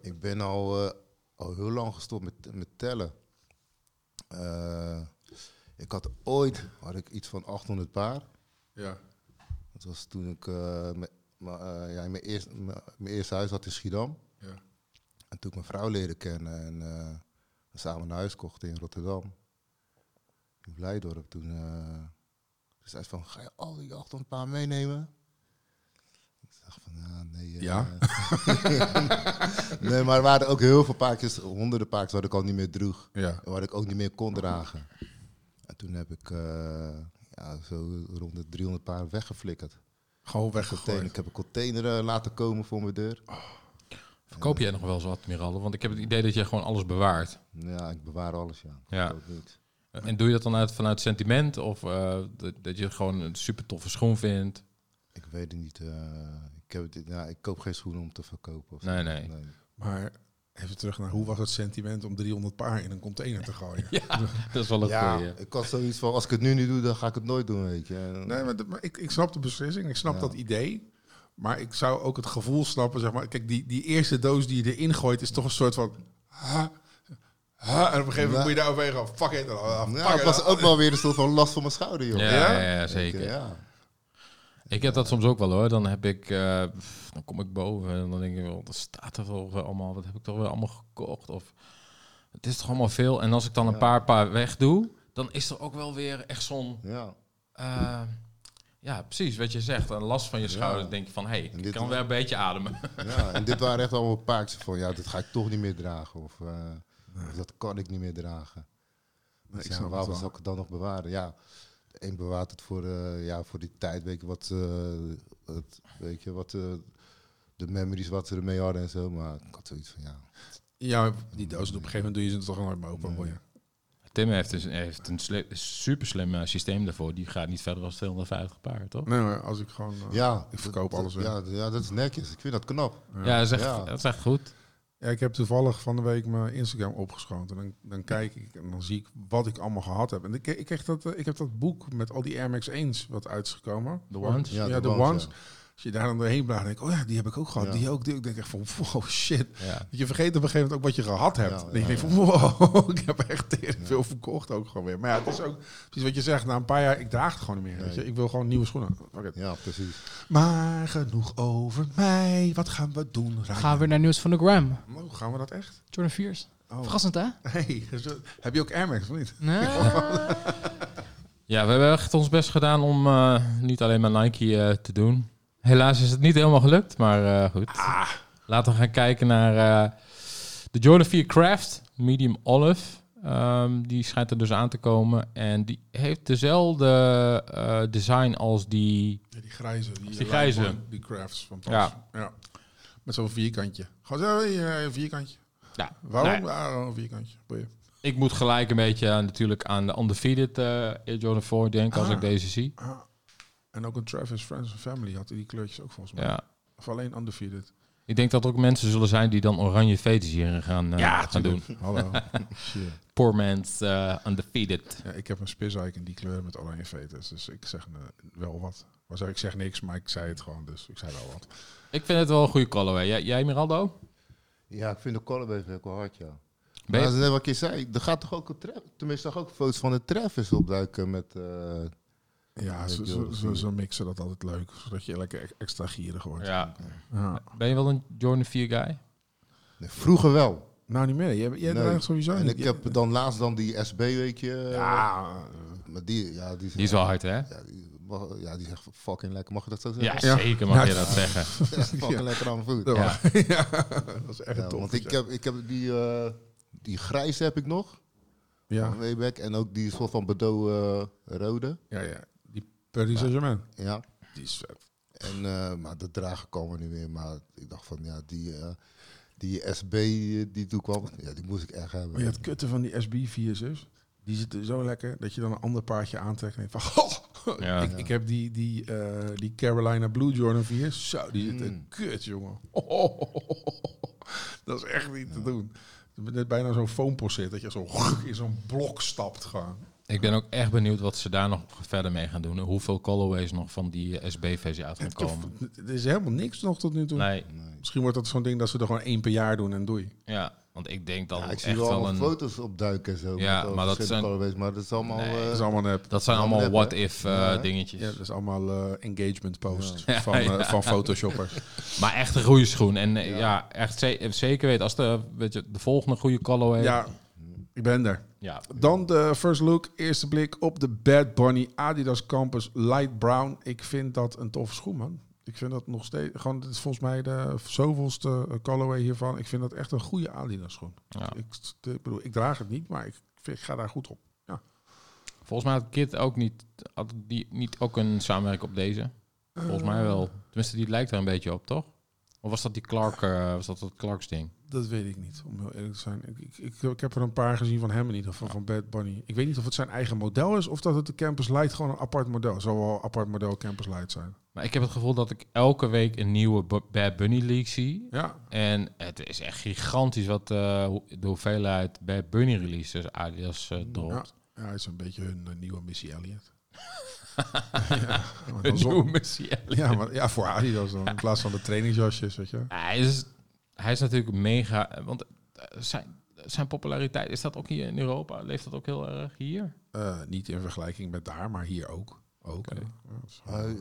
C: Ik ben al, eh, al heel lang gestopt met, met tellen. Eh, ik had ooit had ik iets van 800 paar.
A: Ja.
C: Dat was toen ik eh, me- me- eh, ja, in mijn, eerst, mijn, mijn eerste huis had in Schiedam.
A: Ja.
C: En toen ik mijn vrouw leerde kennen en eh, we samen een huis kochten in Rotterdam. In Blijdorp. Toen eh, toen zei ze van, ga je al die 800 paar meenemen? Ik dacht van, ja, nee. eh,
A: Ja?
C: (laughs) nee, maar er waren ook heel veel paardjes, honderden paardjes, wat ik al niet meer droeg.
A: ja.
C: En Waar ik ook niet meer kon dragen. En toen heb ik eh, ja, zo rond de 300 paar weggeflikkerd.
A: Gewoon
C: Container,
A: weggegooid.
C: ik heb een container eh, laten komen voor mijn deur.
B: Verkoop jij nog wel zo'n admiralen? Want ik heb het idee dat jij gewoon alles bewaart.
C: Ja, ik bewaar alles, ja.
B: Ja.
C: Dat niet.
B: En doe je dat dan uit, vanuit sentiment? Of eh, dat, dat je gewoon een super toffe schoen vindt?
C: Ik weet het niet. eh, ik, heb dit, ja, ik koop geen schoenen om te verkopen. Of zo.
B: Nee, nee.
A: Maar even terug naar hoe was het sentiment om 300 paar in een container te gooien?
B: (laughs) Dat is wel een
C: Ja,
B: goeie.
C: ik had zoiets van, als ik het nu niet doe, dan ga ik het nooit doen, weet je.
A: (laughs)
C: En-
A: Nee, maar, dat- maar ik, ik snap de beslissing, ik snap
C: Ja.
A: dat idee. Maar ik zou ook het gevoel snappen, zeg maar. Kijk, die, die eerste doos die je erin gooit is toch een soort van... Ha, ha, en op een gegeven moment
C: Nou.
A: moet je daar overheen gaan. Fuck it. ah, Fuck
C: ja,
A: it,
C: het was
A: ah.
C: ook wel weer een soort van last van mijn schouder, joh.
B: Ja,
A: Ja?
B: ja, ja,
C: Ik,
B: zeker.
C: eh, Ja.
B: Ik heb dat soms ook wel hoor. Dan heb ik, eh, pff, dan kom ik boven en dan denk ik, wel, dat staat er toch wel allemaal. Wat heb ik toch wel allemaal gekocht? Of het is toch allemaal veel. En als ik dan een
C: Ja.
B: paar paar wegdoe, dan is er ook wel weer echt zo'n,
C: ja.
B: eh, ja, precies wat je zegt, een last van je schouders.
C: Ja.
B: Denk je van, hé, hey,
C: En
B: ik
C: dit
B: kan
C: is-
B: weer een beetje ademen.
C: Ja, en dit waren echt allemaal paardjes van, ja, dit ga ik toch niet meer dragen. Of, eh, of dat kan ik niet meer dragen.
A: Nee,
C: Ik
A: ik
C: zeg,
A: snap het
C: waarom
A: wel.
C: zou ik het dan nog bewaren? Ja, de een bewaart het voor, eh, ja, voor die tijd, weet je, wat, eh, het, weet je, wat eh, de memories wat ze ermee hadden en zo. Maar ik had zoiets van, ja.
A: Ja, maar die doos, op een gegeven moment doe je ze toch nooit meer open. Nee.
B: (laughs) Tim heeft een, heeft een super slim systeem daarvoor. Die gaat niet verder dan 250 paar, toch?
A: nee, maar als ik gewoon... eh,
C: ja
A: ik verkoop
C: dat-
A: alles weg.
C: Ja, d- ja, dat is netjes. Ik vind dat knap.
B: Ja,
A: Ja,
B: dat, is echt,
C: Ja.
B: dat is echt goed.
A: Ja, ik heb toevallig van de week mijn Instagram opgeschoten. Dan, dan kijk ik en dan zie ik wat ik allemaal gehad heb. En ik, ik, kreeg dat, eh, ik heb dat boek met al die Air Max 1's wat uit is gekomen.
B: The ones?
A: Ja, de
C: dat was,
A: ones. Als je daar dan doorheen blaad, denk ik, oh ja, die heb ik ook gehad.
C: Ja.
A: Die ook. Die, ook. ik denk echt van, wow, shit.
B: Ja.
A: Je vergeet op een gegeven moment ook wat je gehad hebt.
C: Ja,
A: en ik
C: ja,
A: denk
C: ja.
A: van, wow, (laughs) ik heb echt tering veel verkocht ook gewoon weer. Maar ja, het is ook precies wat je zegt. Na een paar jaar, ik draag het gewoon niet meer. Weet je? Ik wil gewoon nieuwe schoenen. Fuck it.
C: Ja. ja, precies.
A: Maar genoeg over mij. Wat gaan we doen, Ryan?
D: Gaan we weer naar nieuws van de gram.
A: Oh, gaan we dat echt?
D: Jordan Viers.
A: Oh.
D: Verrassend, hè?
A: (laughs) Hey, zo- heb je ook Air Max of niet?
D: Nee.
B: Ja, we hebben echt ons best gedaan om eh, niet alleen maar Nike eh, te doen. Helaas is het niet helemaal gelukt, maar eh, goed.
A: Ah.
B: Laten we gaan kijken naar eh, de Jordan 4 Craft Medium Olive. Ehm, die schijnt er dus aan te komen. En die heeft dezelfde eh, design als die...
A: Ja, die grijze. Die,
B: Die grijze.
A: lijnvorm, Die crafts van Pas. Ja.
B: Ja.
A: Met zo'n vierkantje. Gewoon zo'n eh, vierkantje.
B: Ja,
A: Waarom?
B: nou ja,
A: Ja, een vierkantje. Boeien.
B: ik moet eh, gelijk een beetje aan, natuurlijk aan de Undefeated eh Air Jordan 4 denken als
A: Ah.
B: ik deze zie.
A: Ah, En ook een Travis Friends and Family had die kleurtjes ook volgens mij.
B: Ja.
A: Of alleen Undefeated.
B: Ik denk dat er ook mensen zullen zijn die dan oranje fetus hierin gaan, eh, gaan doen.
A: tuurlijk. Hallo. Hm. (laughs) Shit.
B: Poor man's eh, undefeated.
A: Ja, ik heb een spizzaik in die kleur met oranje veters. Dus ik zeg eh, wel wat. Maar zeg, ik zeg niks, maar ik zei het gewoon. Dus ik zei wel wat.
B: Ik vind het wel een goede colorway. Jij, jij Miraldo?
C: Ja, ik vind de collarbase werk wel hard, ja.
B: Ben
C: Maar
B: je-
C: dat is net wat ik je zei. Er gaat toch ook een Travis... Tenminste, er gaan ook foto's van de Travis opduiken met... eh,
A: Ja,
C: Ja,
A: ze,
C: ik
A: ze,
C: wil
A: ze,
C: zien.
A: ze mixen dat altijd leuk. Zodat je lekker e- extra gierig wordt.
B: ja.
A: Ja.
B: ben je wel een Jordan 4 guy?
C: nee, vroeger wel.
A: Nou, niet meer. Jij, jij
C: Nee.
A: draagt sowieso
C: En
A: niet.
C: ik heb eh, dan laatst dan die SB, weet je. eh,
A: Ja,
C: Maar die, ja, die,
B: Die is wel hard, hè?
C: Ja, die, mag- ja, die is echt fucking lekker. Mag je dat zo zeggen? (laughs)
B: Ja,
A: Ja.
B: zeker mag
A: Ja,
B: je dat zeggen.
C: Ja, fucking
A: (laughs) Ja.
C: lekker aan mijn voet.
A: eh,
B: Ja.
A: ja, (laughs) dat is echt
C: Ja,
A: een tof.
C: want ik heb, ik heb die, eh, die grijze heb ik nog,
A: ja.
C: van Wayback. En ook die soort van Bordeaux eh, rode.
A: Ja, ja. Die Paris Saint-Germain.
C: Ja.
A: Die is vet.
C: En, eh, maar de dragen komen niet meer. Maar ik dacht van, ja, die, eh, die SB eh, die toen kwam, ja, die moest ik echt
A: Maar
C: hebben.
A: je het kutten van die SB-viruses. Die zitten zo lekker dat je dan een ander paardje aantrekt. En denkt van, (laughs) goh,
B: Ja.
A: ik, ik heb die, die, eh, die Carolina Blue Jordan 4. Zo, die zit een
C: Mm.
A: kut, jongen. (laughs) Dat is echt niet te doen. Net bijna zo'n foampos zit, dat je zo (laughs) in zo'n blok stapt gewoon.
B: Ik ben ook echt benieuwd wat ze daar nog verder mee gaan doen. Hoeveel colorways nog van die SB-versie uit gaan komen.
A: Er is helemaal niks nog tot nu toe.
B: Nee,
C: Nee.
A: Misschien wordt dat zo'n ding dat ze er gewoon één per jaar doen en doei.
B: ja. Want ik denk dat
C: Ja, ik
B: het
C: zie
B: echt
C: wel
B: wel
C: allemaal
B: een...
C: foto's opduiken en zo.
B: Ja,
C: met al
B: maar dat
C: verschillende
B: zijn-
C: colorways, maar dat is allemaal...
B: Nee.
C: eh,
A: Dat is allemaal nep.
B: Dat zijn allemaal
C: Allemaal nep, hè?
B: what-if eh,
C: Ja.
B: dingetjes.
A: Ja, dat is allemaal eh, engagement posts
B: Ja.
A: van, eh,
B: Ja.
A: van photoshoppers.
B: Maar echt een goede schoen. En eh, ja, echt ze- zeker weten. Als de, weet je, de volgende goede colorway...
A: ja, ik ben er.
B: ja.
A: Dan de first look, eerste blik op de Bad Bunny Adidas Campus Light Brown. Ik vind dat een toffe schoen, man. Ik vind dat nog steeds, gewoon, dit is volgens mij de zoveelste eh, colorway hiervan. Ik vind dat echt een goede Adidas schoen.
B: Ja.
A: Ik, ik bedoel, ik draag het niet, maar ik, vind- ik ga daar goed op.
B: Volgens mij had Kit ook niet, had die, niet ook een samenwerking op deze. Volgens mij wel. Tenminste, die lijkt er een beetje op, toch? Of was dat die Clark, eh, was dat dat Clarks ding?
A: Dat weet ik niet, om heel eerlijk te zijn. Ik, ik, ik, ik heb er een paar gezien van hem in ieder geval, van Bad Bunny. Ik weet niet of het zijn eigen model is of dat het de Campus Light gewoon een apart model is. Zal wel een apart model Campus Light zijn.
B: Maar ik heb het gevoel dat ik elke week een nieuwe B- Bad Bunny League zie.
A: Ja,
B: En het is echt gigantisch wat eh, hoe- de hoeveelheid Bad Bunny releases Adidas eh dropt.
A: ja hij is een beetje hun eh, nieuwe Missy
B: (laughs)
A: Elliott. ja, maar
B: Een (laughs)
A: dan zon-
B: nieuwe Missy Elliott.
A: ja, maar, ja, voor Adidas dan, in plaats van de trainingsjasjes, weet je.
B: Hij is, hij is natuurlijk mega... Want eh, zijn, zijn populariteit, is dat ook hier in Europa? Leeft dat ook heel erg hier?
A: Eh, niet in vergelijking met daar, maar hier ook. ook
B: Oké.
A: ja. Ja, dat is wel-
C: eh,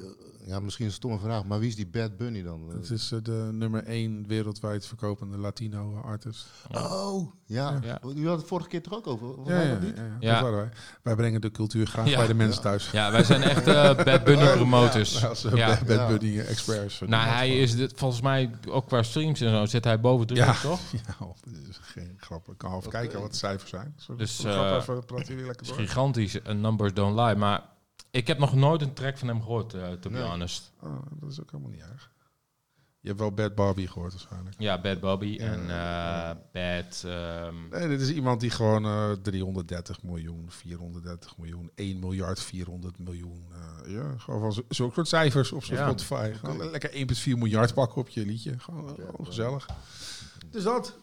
C: ja, misschien een stomme vraag, maar wie is die Bad Bunny dan?
A: Het is eh, de nummer één wereldwijd verkopende Latino eh, artist.
C: Oh, ja.
B: Ja.
C: U had het vorige keer toch ook over? Was
A: Ja,
C: hij
A: ja,
C: dat niet?
A: ja, ja.
B: Ja.
A: Dat waren wij. Wij brengen de cultuur graag
B: Ja.
A: bij de mensen thuis.
B: Ja, wij zijn echt eh, (laughs) Bad Bunny
A: (laughs)
B: promotors.
A: Als eh,
B: Ja.
A: Bad- Bad
C: Ja.
A: Bunny eh, experts.
B: Nou, hij is dit, volgens mij ook qua streams en zo zit hij boven drie,
A: Ja.
B: toch?
A: (laughs) Ja, dit is geen grap. Ik kan half kijken wat de cijfers zijn. Zullen we-
B: Dus,
A: zullen we grap
B: eh,
A: even praten jullie lekker
B: Het is
A: door.
B: gigantisch. En numbers don't lie. Maar ik heb nog nooit een track van hem gehoord, eh, to be
C: Nee.
B: honest.
A: Oh, dat is ook helemaal niet erg. Je hebt wel Bad Barbie gehoord waarschijnlijk.
B: Ja, Bad Bobby en eh, Bad... ehm,
A: Nee, dit is iemand die gewoon eh, 330 miljoen, 430 miljoen, 1 miljard, 400 miljoen. eh, ja, gewoon van zo- zulke soort cijfers op zijn
B: Ja.
A: Spotify. Gewoon le- lekker 1,4 miljard pakken op je liedje. Gewoon, eh,
C: Oké,
A: gewoon
C: ja.
A: gezellig. Dus dat.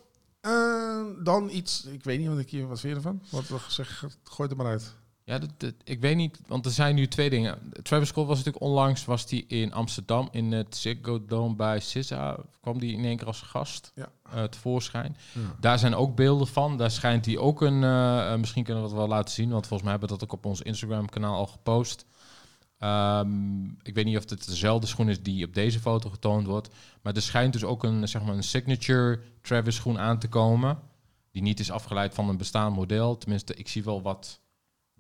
A: Eh, dan iets, ik weet niet wat ik hier wat vind je ervan. Wat we gezegd, gooi het er maar uit.
B: ja, dat, dat- ik weet niet, want er zijn nu twee dingen. Travis Scott was natuurlijk onlangs was die in Amsterdam in het Ziggo Dome bij SZA. Kwam die in één keer als gast
A: Ja.
B: eh, tevoorschijn.
A: Ja.
B: Daar zijn ook beelden van. Daar schijnt hij ook een... eh, eh, misschien kunnen we dat wel laten zien. Want volgens mij hebben we dat ook op ons Instagram-kanaal al gepost. Ehm, ik weet niet of het dezelfde schoen is die op deze foto getoond wordt. Maar er schijnt dus ook een, zeg maar een signature Travis schoen aan te komen. Die niet is afgeleid van een bestaand model. Tenminste, ik zie wel wat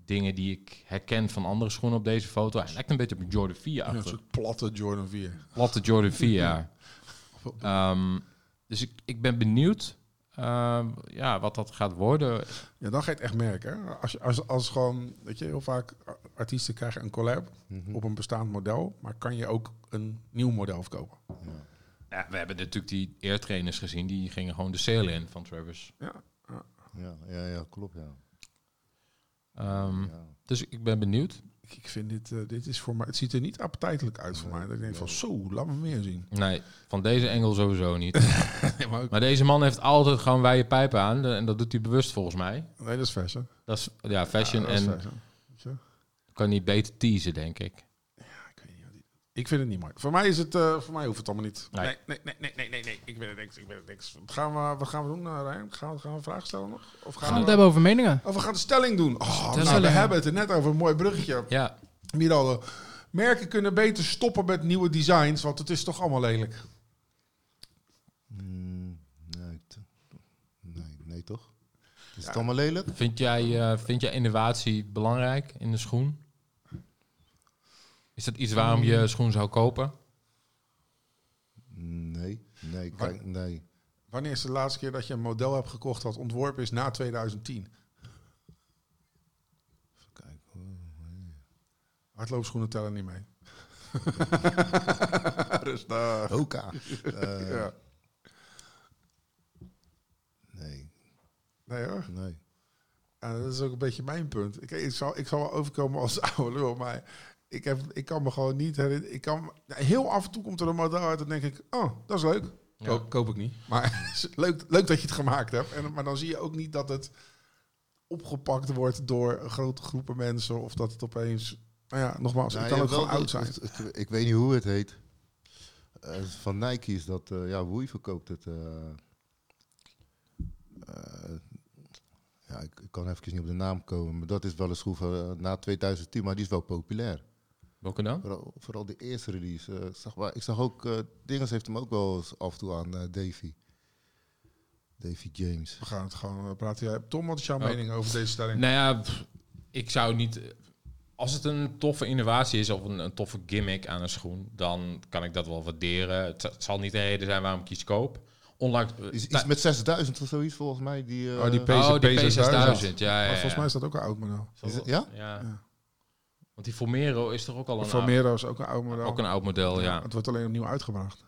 B: dingen die ik herken van andere schoenen op deze foto. Hij lijkt een beetje op een Jordan 4
A: Ja, Een
B: achter.
A: soort platte Jordan 4.
B: Platte Jordan 4 jaar. Ehm, dus ik, ik ben benieuwd ehm, ja, wat dat gaat worden.
A: Ja, dan ga je het echt merken. hè. Als, je- als, als gewoon, weet je, heel vaak a- artiesten krijgen een collab
C: Mhm.
A: op een bestaand model. Maar kan je ook een nieuw model verkopen?
B: Ja, we hebben natuurlijk die eertrainers gezien. Die gingen gewoon de sale in van Travis.
A: Ja,
C: Ja, ja, ja, klopt, ja.
B: Ehm,
A: Hm.
C: Ja.
B: Dus ik ben benieuwd.
A: Ik, ik vind dit, eh, dit is voor mij, het ziet er niet appetijtelijk uit voor mij. Dat ik denk van, zo, laat me meer zien.
B: Nee, van deze engel
A: (laughs)
B: sowieso niet. maar deze man heeft altijd gewoon wijde pijpen aan. En dat doet hij bewust volgens mij.
A: Nee, dat is vers, hè?
B: Dat is ja, fashion
A: Ja, dat
B: en
A: is vers, hè? Weet je?
B: kan niet beter teasen, denk ik.
A: Ja, ik, weet niet wat die- ik vind het niet mooi. Voor mij, is het, eh, voor mij hoeft het allemaal niet.
B: Nee.
A: Nee, nee, nee, nee, nee, nee, nee. Ik ben het niks, ik ben het niks. Wat gaan we, wat gaan we doen, eh, Rijn? Gaan we, gaan we een vraag stellen nog? Of
D: We
A: gaan
D: gaan het
A: we...
D: hebben over meningen.
A: Of we gaan de stelling doen. Oh, nou, we
B: Stelling.
A: hebben het er net over. Een mooi bruggetje.
B: Ja,
A: Miral, eh, merken kunnen beter stoppen met nieuwe designs, want het is toch allemaal lelijk.
C: Mm, nee, t- nee, nee, toch? Is het allemaal lelijk?
B: vind jij, eh, vind jij innovatie belangrijk in de schoen? Is dat iets waarom je schoen zou kopen?
C: Nee, nee,
A: Wat-
C: kijk, nee.
A: Wanneer is de laatste keer dat je een model hebt gekocht dat ontworpen is na 2010?
C: Kijk, hoor.
A: Hardloopschoenen tellen niet mee. (laughs)
C: Rustig.
A: Oh.
C: (laughs) Hoka. Eh,
A: Ja.
C: Nee,
A: Nee hoor.
C: nee.
A: Ja, dat is ook een beetje mijn punt. Ik, ik, zal, ik zal wel overkomen als (laughs) oude lul, maar ik, heb, ik kan me gewoon niet herinneren. Ik kan, heel af en toe komt er een model uit en denk ik, oh, dat is leuk.
B: Ja.
A: Koop, koop ik niet. Maar (laughs) is leuk, leuk dat je het gemaakt hebt. En, maar dan zie je ook niet dat het opgepakt wordt door grote groepen mensen. Of dat het opeens... Nou ja, nogmaals,
C: Nou,
A: het kan
C: ja,
A: ook
C: wel
A: gewoon oud
C: dat-
A: zijn.
C: dat- ik, ik weet niet hoe het heet. Eh, van Nike is dat, eh, ja, Woei verkoopt het. eh. Eh, ja, ik, ik kan even niet op de naam komen, maar dat is wel een schroef eh, na 2010, maar die is wel populair.
B: Welke dan?
C: Vooral, vooral de eerste release. eh, ik, zag, wel- ik zag ook, eh Dingens heeft hem ook wel eens af en toe aan, eh, Davy. Davy James.
A: We gaan het gewoon eh, praten. Jij- Tom, wat is jouw
B: Oh.
A: mening over deze stelling?
B: Nou ja, pff, ik zou niet. eh, Als het een toffe innovatie is of een, een toffe gimmick aan een schoen, dan kan ik dat wel waarderen. Het, z- het zal niet de reden zijn waarom ik iets koop. Onlangs. eh, nou,
C: Is iets met 6000 of zoiets volgens mij. Die, eh,
A: Oh, die
B: oh, die
A: P6000.
B: P6000. Ja, ja, ja.
A: Maar volgens mij is dat ook een oud model.
B: Zal
C: Is het-
B: wel-
C: ja?
B: ja?
A: Ja.
B: Want die Formero is toch ook al een,
A: Formero is ook een oud model.
B: oud, ook een oud model, ja.
A: Het wordt alleen opnieuw uitgebracht.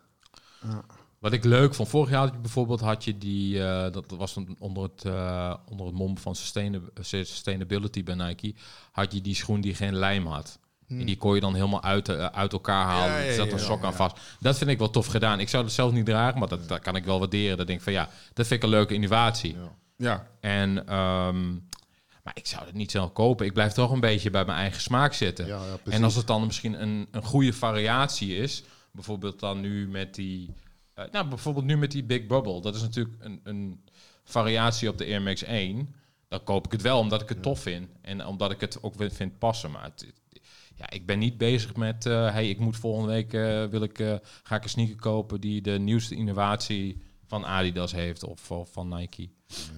A: Ja.
B: Wat ik leuk vond, vorig jaar had je bijvoorbeeld had je die, eh, dat was een- onder het, eh, onder het mom van sustainab- eh, sustainability bij Nike, had je die schoen die geen lijm had. En die kon je dan helemaal uit, eh, uit elkaar halen.
A: Hmm. Ja, ja,
B: er zat
A: ja,
B: een
A: ja,
B: sok aan
A: ja.
B: vast. Dat vind ik wel tof gedaan. Ik zou het zelf niet dragen, maar dat, dat kan ik wel waarderen. Dat denk ik van ja, dat vind ik een leuke innovatie.
C: Ja.
A: Ja,
B: En, ehm, maar ik zou het niet snel kopen. Ik blijf toch een beetje bij mijn eigen smaak zitten.
C: Ja, ja, precies.
B: En als het dan misschien een, een goede variatie is, bijvoorbeeld dan nu met die, eh, nou bijvoorbeeld nu met die Big Bubble, dat is natuurlijk een, een variatie op de Air Max 1, dan koop ik het wel omdat ik het tof vind en omdat ik het ook wi- vind passen. Maar het, ja, ik ben niet bezig met, eh hey, ik moet volgende week, eh, wil ik, eh, ga ik een sneaker kopen die de nieuwste innovatie van Adidas heeft of, of van Nike.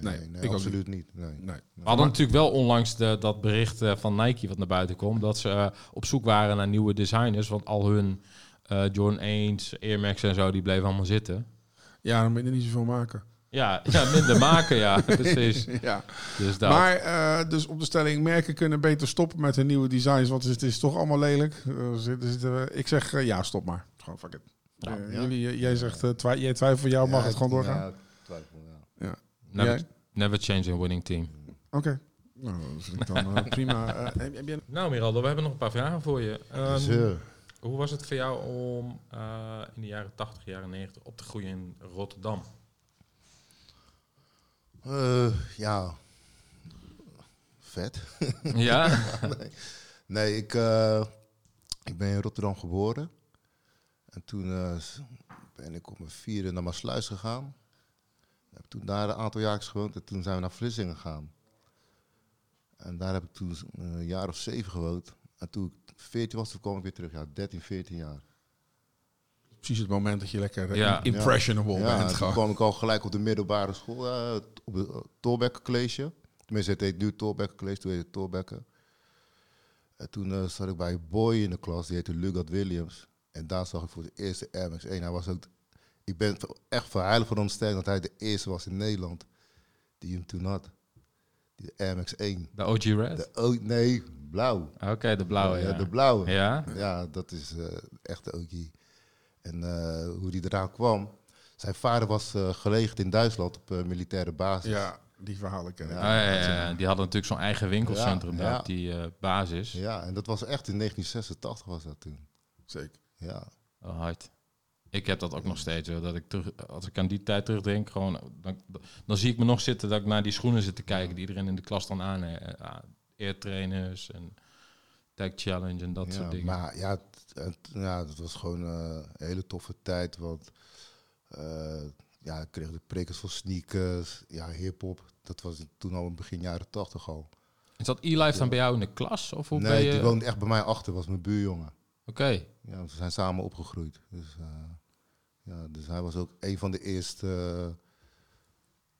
A: Nee,
C: Nee, nee,
A: ik ook
C: absoluut niet. nee.
A: nee.
B: We hadden natuurlijk wel onlangs de, dat bericht eh, van Nike wat naar buiten kwam. Dat ze eh, op zoek waren naar nieuwe designers. Want al hun eh John 1, Air Max en zo, die bleven allemaal zitten.
A: Ja, dan moet je er niet zoveel maken.
B: Ja, (laughs) ja minder maken,
C: (laughs)
B: ja, precies.
A: (laughs) Ja.
B: Dus dat.
A: Maar eh, dus op de stelling, merken kunnen beter stoppen met hun nieuwe designs, want het is toch allemaal lelijk. Eh, zit- zit- eh, ik zeg eh, ja, stop maar. Gewoon fuck it. Eh,
C: Ja.
A: jullie, eh, jij zegt, eh, twi- jij twijfelt, jou mag
C: Ja,
A: het gewoon
C: ik-
A: doorgaan.
C: ja, ik twijfel, ja.
B: never,
A: jij?
B: never change a winning team.
A: Oké. Nou, dat vind ik dan
B: (laughs)
A: eh, prima. Eh, heb, heb jij-
B: Nou, Miraldo, we hebben nog een paar vragen voor je. Ehm,
C: Dus, eh,
B: hoe was het voor jou om eh, in de jaren 80, jaren 90 op te groeien in Rotterdam?
C: eh, ja. Vet. (laughs)
B: ja?
C: Nee, ik, eh, ik ben in Rotterdam geboren. En toen eh, s- ben ik op mijn vierde naar Maasluis gegaan. Heb toen daar een aantal jaar gewoond en toen zijn we naar Vlissingen gegaan. En daar heb ik toen s- een jaar of zeven gewoond. En toen ik 14 was, toen kwam ik weer terug. Ja, 13, 14 jaar.
A: Precies het moment dat je lekker eh,
B: Ja.
A: impressionable
C: Ja,
A: bent.
C: toen
A: gewoon.
C: kwam ik al gelijk op de middelbare school, eh, op het eh, Tolbekker College. Tenminste, het heet nu Tolbekker College, toen heette het Tolbekker. En toen eh, zat ik bij een boy in de klas, die heette Lugat Williams. En daar zag ik voor de eerste Air Max 1. Hij was ook, ik ben echt verheilig van hem sterk, dat hij de eerste was in Nederland die hem toen had. Die Air Max 1.
B: De OG Red?
C: De, oh, nee, blauw.
B: Oké, de blauwe,
C: Ja,
B: ja.
C: de blauwe.
B: Ja?
C: Ja, dat is eh, echt de OG. En eh, hoe die eraan kwam. Zijn vader was eh, gelegerd in Duitsland op eh, militaire basis.
A: Ja, Die verhalen kennen.
C: Ja.
B: Ah, ja, ja, ja. Die hadden natuurlijk zo'n eigen winkelcentrum
C: Ja,
B: daar
C: ja.
B: op die eh, basis.
C: Ja, en dat was echt in 1986 was dat toen.
A: Zeker.
C: Ja,
B: Oh, hard. Ik heb dat ook nog steeds, hoor, dat ik terug, als ik aan die tijd terugdenk, gewoon, dan, dan zie ik me nog zitten dat ik naar die schoenen zit te kijken die iedereen in de klas dan aan, eh, aan eartrainers en tech challenge en dat
C: ja,
B: soort dingen.
C: Maar ja, het, het- ja, dat was gewoon eh, een hele toffe tijd. Want eh, ja, ik kreeg de prikkels van sneakers, ja, hip-hop. Dat was toen al in begin jaren 80 al.
B: Is dat e-life dan bij jou in de klas? Of hoe ben
C: nee,
B: je...
C: die
B: Oké.
C: woonde echt bij mij achter, was mijn buurjongen. Ja, want we zijn samen opgegroeid. Dus, eh, ja, dus hij was ook een van de eerste eh,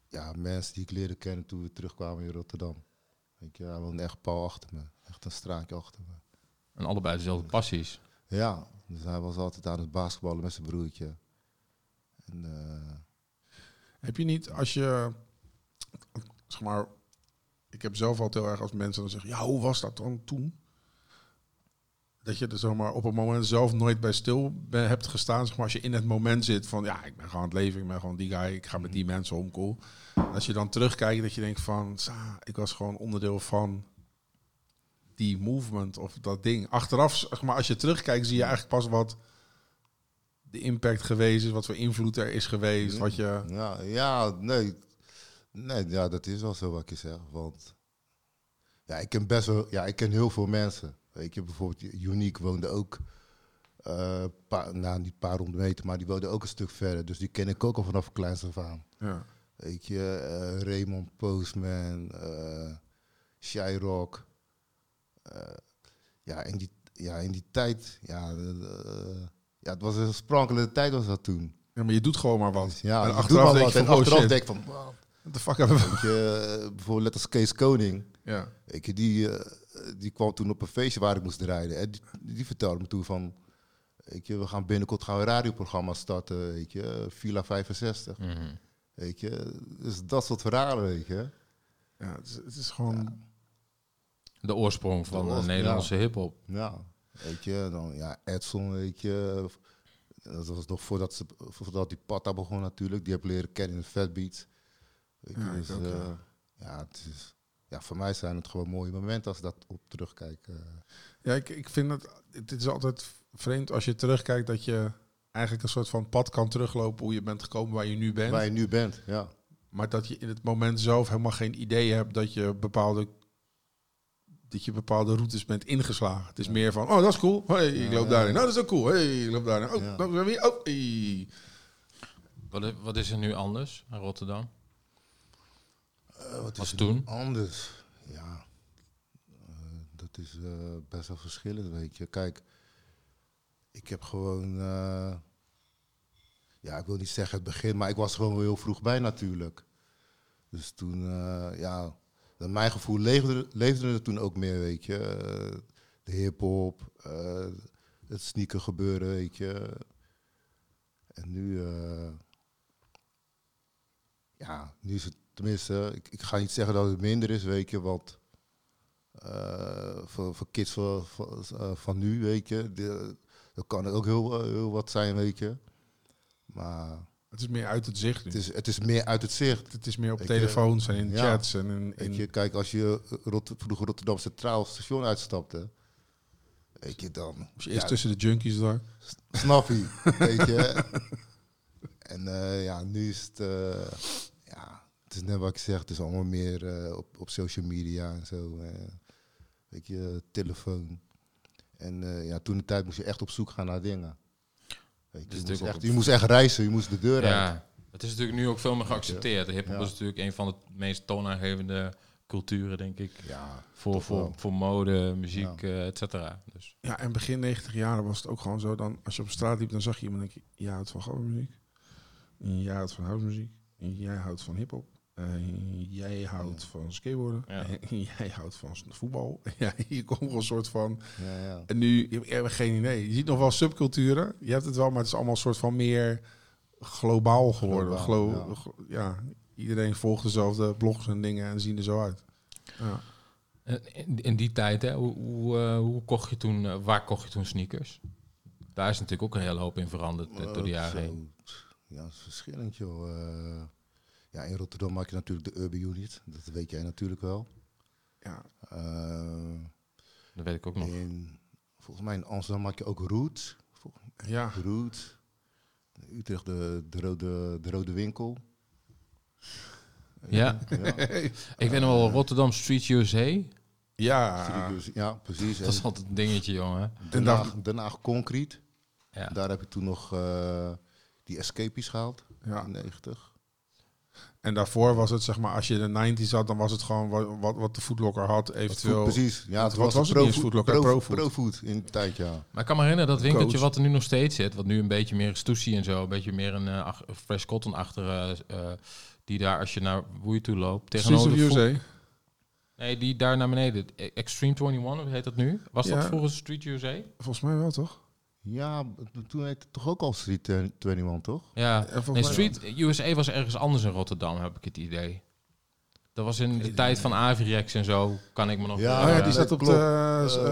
C: ja, mensen die ik leerde kennen toen we terugkwamen in Rotterdam. Ik, ja, hij woonde echt pal achter me, echt een straatje achter me.
B: En allebei dezelfde passies.
C: Ja, dus hij was altijd aan het basketballen met zijn broertje. En, eh,
A: Heb je niet, als je, zeg maar, ik heb zelf altijd heel erg als mensen dan zeggen, ja, hoe was dat dan toen? Dat je er zomaar op het moment zelf nooit bij stil be- hebt gestaan. Zeg maar, als je in het moment zit van, ja, ik ben gewoon aan het leven, ik ben gewoon die guy, ik ga met die mensen om, cool. En als je dan terugkijkt, dat je denkt van, sa, ik was gewoon onderdeel van die movement of dat ding. Achteraf, zeg maar, als je terugkijkt, zie je eigenlijk pas wat de impact geweest is, wat voor invloed er is geweest, wat je...
C: Ja, ja nee. Nee, ja, dat is wel zo wat je zegt. Want ja, ik ken best wel, ja, ik ken heel veel mensen. Weet je, bijvoorbeeld Unique woonde ook, eh paar, nou niet een paar honderd meter, maar die woonde ook een stuk verder. Dus die ken ik ook al vanaf kleins af aan.
A: Ja.
C: Weet je, eh, Raymond Postman, eh Shyrock. Eh, ja, in die, ja, in die tijd, ja, eh, ja, het was een sprankelende tijd was dat toen.
A: Ja, maar je doet gewoon maar wat.
C: Ja,
A: en
C: je doet
A: achteraf
C: maar
A: denk
C: wat.
A: je
C: En
A: van, oh
C: achteraf
A: shit,
C: denk ik van, wat?
A: what the fuck hebben we... (laughs)
C: Weet je, eh, bijvoorbeeld net als Kees Koning.
A: Ja,
C: Weet je, die, eh, die kwam toen op een feestje waar ik moest draaien. En die, die vertelde me toen van... Weet je, we gaan binnenkort gaan we een radioprogramma starten. Weet je, eh, Villa 65.
B: Mhm.
C: Weet je, dus dat soort verhalen, weet je.
A: ja het, is, het is gewoon...
B: De oorsprong van de,
C: oorsprong,
B: Nederlandse hiphop.
C: Ja, Nou, weet je, dan ja, Edson, weet je. Dat was nog voordat, ze, voordat die Patta begon natuurlijk. Die heb ik leren kennen in de Fatbeats. Weet je,
A: Ja, ik
C: dus,
A: ook, ja.
C: eh, ja, het is, ja, voor mij zijn het gewoon mooie momenten als ik dat op terugkijk. eh.
A: Ja, ik, ik vind het... Het is altijd vreemd als je terugkijkt dat je eigenlijk een soort van pad kan teruglopen hoe je bent gekomen waar je nu bent.
C: Waar je nu bent, ja.
A: Maar dat je in het moment zelf helemaal geen idee hebt dat je bepaalde... Dat je bepaalde routes bent ingeslagen. Het is
C: Ja.
A: meer van, oh, dat is cool. Hey, ik
C: Ja,
A: loop
C: ja,
A: daarin.
C: ja.
A: Nou, dat is ook cool. Hey, ik loop daarin. Oh,
C: Ja.
A: dat is weer... Oh, hey.
B: Wat, i- wat is er nu anders aan Rotterdam?
C: Eh, wat
B: Was
C: er
B: toen?
C: nu Anders, ja. Eh, dat is eh, best wel verschillend, weet je. Kijk, ik heb gewoon... eh, ja, ik wil niet zeggen het begin, maar ik was gewoon wel heel vroeg bij natuurlijk. Dus toen, eh, ja... naar mijn gevoel leefde, leefde er toen ook meer, weet je. Eh, de hip-hop, eh, het sneaker gebeuren, weet je. En nu... eh, ja, nu is het tenminste, ik, ik ga niet zeggen dat het minder is, weet je, want eh, voor, voor kids van, van, eh, van nu, weet je, de- dat kan ook heel, eh, heel wat zijn, weet je. Maar
A: Het is meer uit het zicht nu.
C: het is, het is meer uit het zicht.
A: Het is meer op
C: Ik, eh,
A: telefoons en in
C: ja.
A: chats en in... in
C: Weet je, kijk, als je eh, Rot vroeger Rotterdam Centraal Station uitstapte, weet je dan.
A: was je eerst
C: ja,
A: tussen de junkies door.
C: Snap je, weet je. En eh, ja, nu is het, eh, ja, het is net wat ik zeg, het is allemaal meer eh, op, op social media en zo. eh, weet je, telefoon. En eh, ja, toen de tijd moest je echt op zoek gaan naar dingen. Weet je,
B: Dus
C: je,
B: natuurlijk
C: moest
B: ook
C: echt,
B: op-
C: je moest echt reizen, je moest de deur uit.
B: Ja, het is natuurlijk nu ook veel meer geaccepteerd. De hiphop
C: Ja.
B: is natuurlijk een van de meest toonaangevende culturen, denk ik.
C: Ja,
B: Voor,
C: Toch
B: voor,
C: wel.
B: voor mode, muziek, eh, et cetera. Dus
A: Ja, en begin 90 jaren was het ook gewoon zo. Dan, als je op straat liep, dan zag je iemand denk je, jij houdt van gouden en jij houdt van housemuziek, en jij houdt van hiphop, en jij houdt van skateboarden,
B: Ja.
A: en (laughs) jij houdt van voetbal. (laughs) Ja, je komt wel een soort van...
C: ja, ja.
A: En nu, ik heb geen idee. Je ziet nog wel subculturen. Je hebt het wel, maar het is allemaal een soort van meer globaal geworden.
C: Globaal,
A: Glo-
C: ja.
A: glo- ja. iedereen volgt dezelfde blogs en dingen en zien er zo uit. Ja.
B: En in, in die tijd, hè, hoe, hoe, eh, hoe kocht je toen, eh, waar kocht je toen sneakers? Daar is natuurlijk ook een hele hoop in veranderd eh, door de
C: Eh,
B: jaren
C: zo.
B: heen.
C: Ja, dat is verschillend joh. Eh, Ja, in Rotterdam maak je natuurlijk de Urban Unit. Dat weet jij natuurlijk wel.
A: Ja.
C: Eh,
B: Dat weet ik ook nog.
C: in, volgens mij in Amsterdam maak je ook Root. Vol-
A: ja.
C: Roet. Utrecht de, de, rode, de Rode
A: (laughs)
C: Winkel.
B: Ja.
C: Ja,
B: Ik weet nog wel Rotterdam Street USA.
A: Ja.
C: ja precies.
B: Dat is
C: En
B: altijd een dingetje, jongen.
C: Den
A: En
C: Haag- Den Haag Concrete.
B: Ja.
C: Daar heb ik toen nog eh, die escapees gehaald.
A: Ja.
C: In 90.
A: En daarvoor was het, zeg maar, als je in de 90s had, dan was het gewoon wa- wat, wat de Foodlocker had, eventueel.
C: Goed, precies. Ja,
A: Wat
C: het
A: was
C: was,
A: het
C: pro,
A: niet eens, Food Locker?
C: pro,
A: Pro Food.
C: Pro Food in de tijd, ja.
B: Maar ik kan me herinneren dat winkeltje
A: Coach.
B: wat er nu nog steeds zit, wat nu een beetje meer is sushi en zo, een beetje meer een eh, ach- fresh cotton achter, eh, eh, die daar als je naar Woei toe loopt,
A: Streets
B: tegenover
A: of
B: de vo-
A: USA.
B: Nee, die daar naar beneden, E- Extreme 21, hoe heet dat nu? Was
A: Ja.
B: dat vroeger Street USA?
A: Volgens mij wel, toch?
C: Ja, b- toen heette het toch ook al Street 21, toch?
B: Ja.
A: Ja, volgens
B: Nee,
A: mij
B: Street USA was ergens anders in Rotterdam, heb ik het idee. Dat was in de tijd van Avirex en zo, kan ik me nog
C: Ja,
A: Oh ja,
B: herinneren.
A: die staat op de
C: klopt.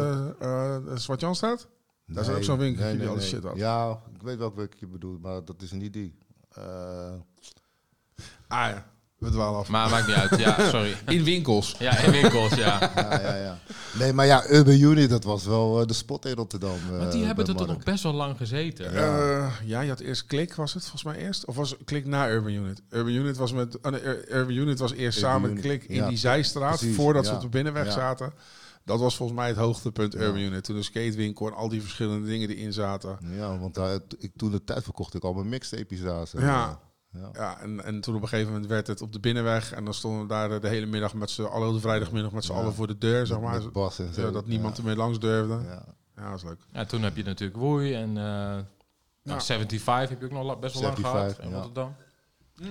A: eh, eh, Zwart-Janstraat? Daar is ook zo'n winkeltje die alle shit had.
C: Ja, ik weet welk winkeltje je bedoelt, maar dat is niet die. Eh,
A: Ah ja, we dwalen af.
B: Maar maakt niet uit, ja, sorry.
A: In winkels.
B: Ja, in winkels,
A: (laughs)
B: ja.
C: ja, ja, ja. Nee, maar ja, Urban Unit, dat was wel eh, de spot in Rotterdam. eh,
B: Want die hebben er toch nog best wel lang gezeten.
A: Ja. Eh, ja, je had eerst Klik, was het volgens mij eerst? Of was Klik na Urban Unit? Urban Unit was, met, ah, nee, Ur- Urban Unit was eerst
C: Urban
A: samen
C: Unit,
A: Klik in
C: ja.
A: die zijstraat,
C: Precies,
A: voordat ze
C: ja.
A: op de binnenweg
C: Ja.
A: zaten. Dat was volgens mij het hoogtepunt
C: Ja.
A: Urban Unit. Toen de skatewinkel en al die verschillende dingen die in zaten.
C: Ja, want daar, ik, toen de tijd verkocht ik al mijn mixtapes daar. zo.
A: Ja.
C: ja.
A: Ja, en, en toen op een gegeven moment werd het op de binnenweg. En dan stonden we daar de hele middag met z'n allen, de vrijdagmiddag met z'n
C: Ja.
A: allen voor de deur, zeg maar.
C: Met Bas en zo.
A: Zodat niemand
C: Ja.
A: er meer langs durfde. Ja,
C: Ja.
A: dat was leuk.
B: Ja, toen heb je natuurlijk Woei en eh, nou, 75 heb je ook nog la- best wel lang
C: 75,
B: gehad in
C: ja.
B: Rotterdam.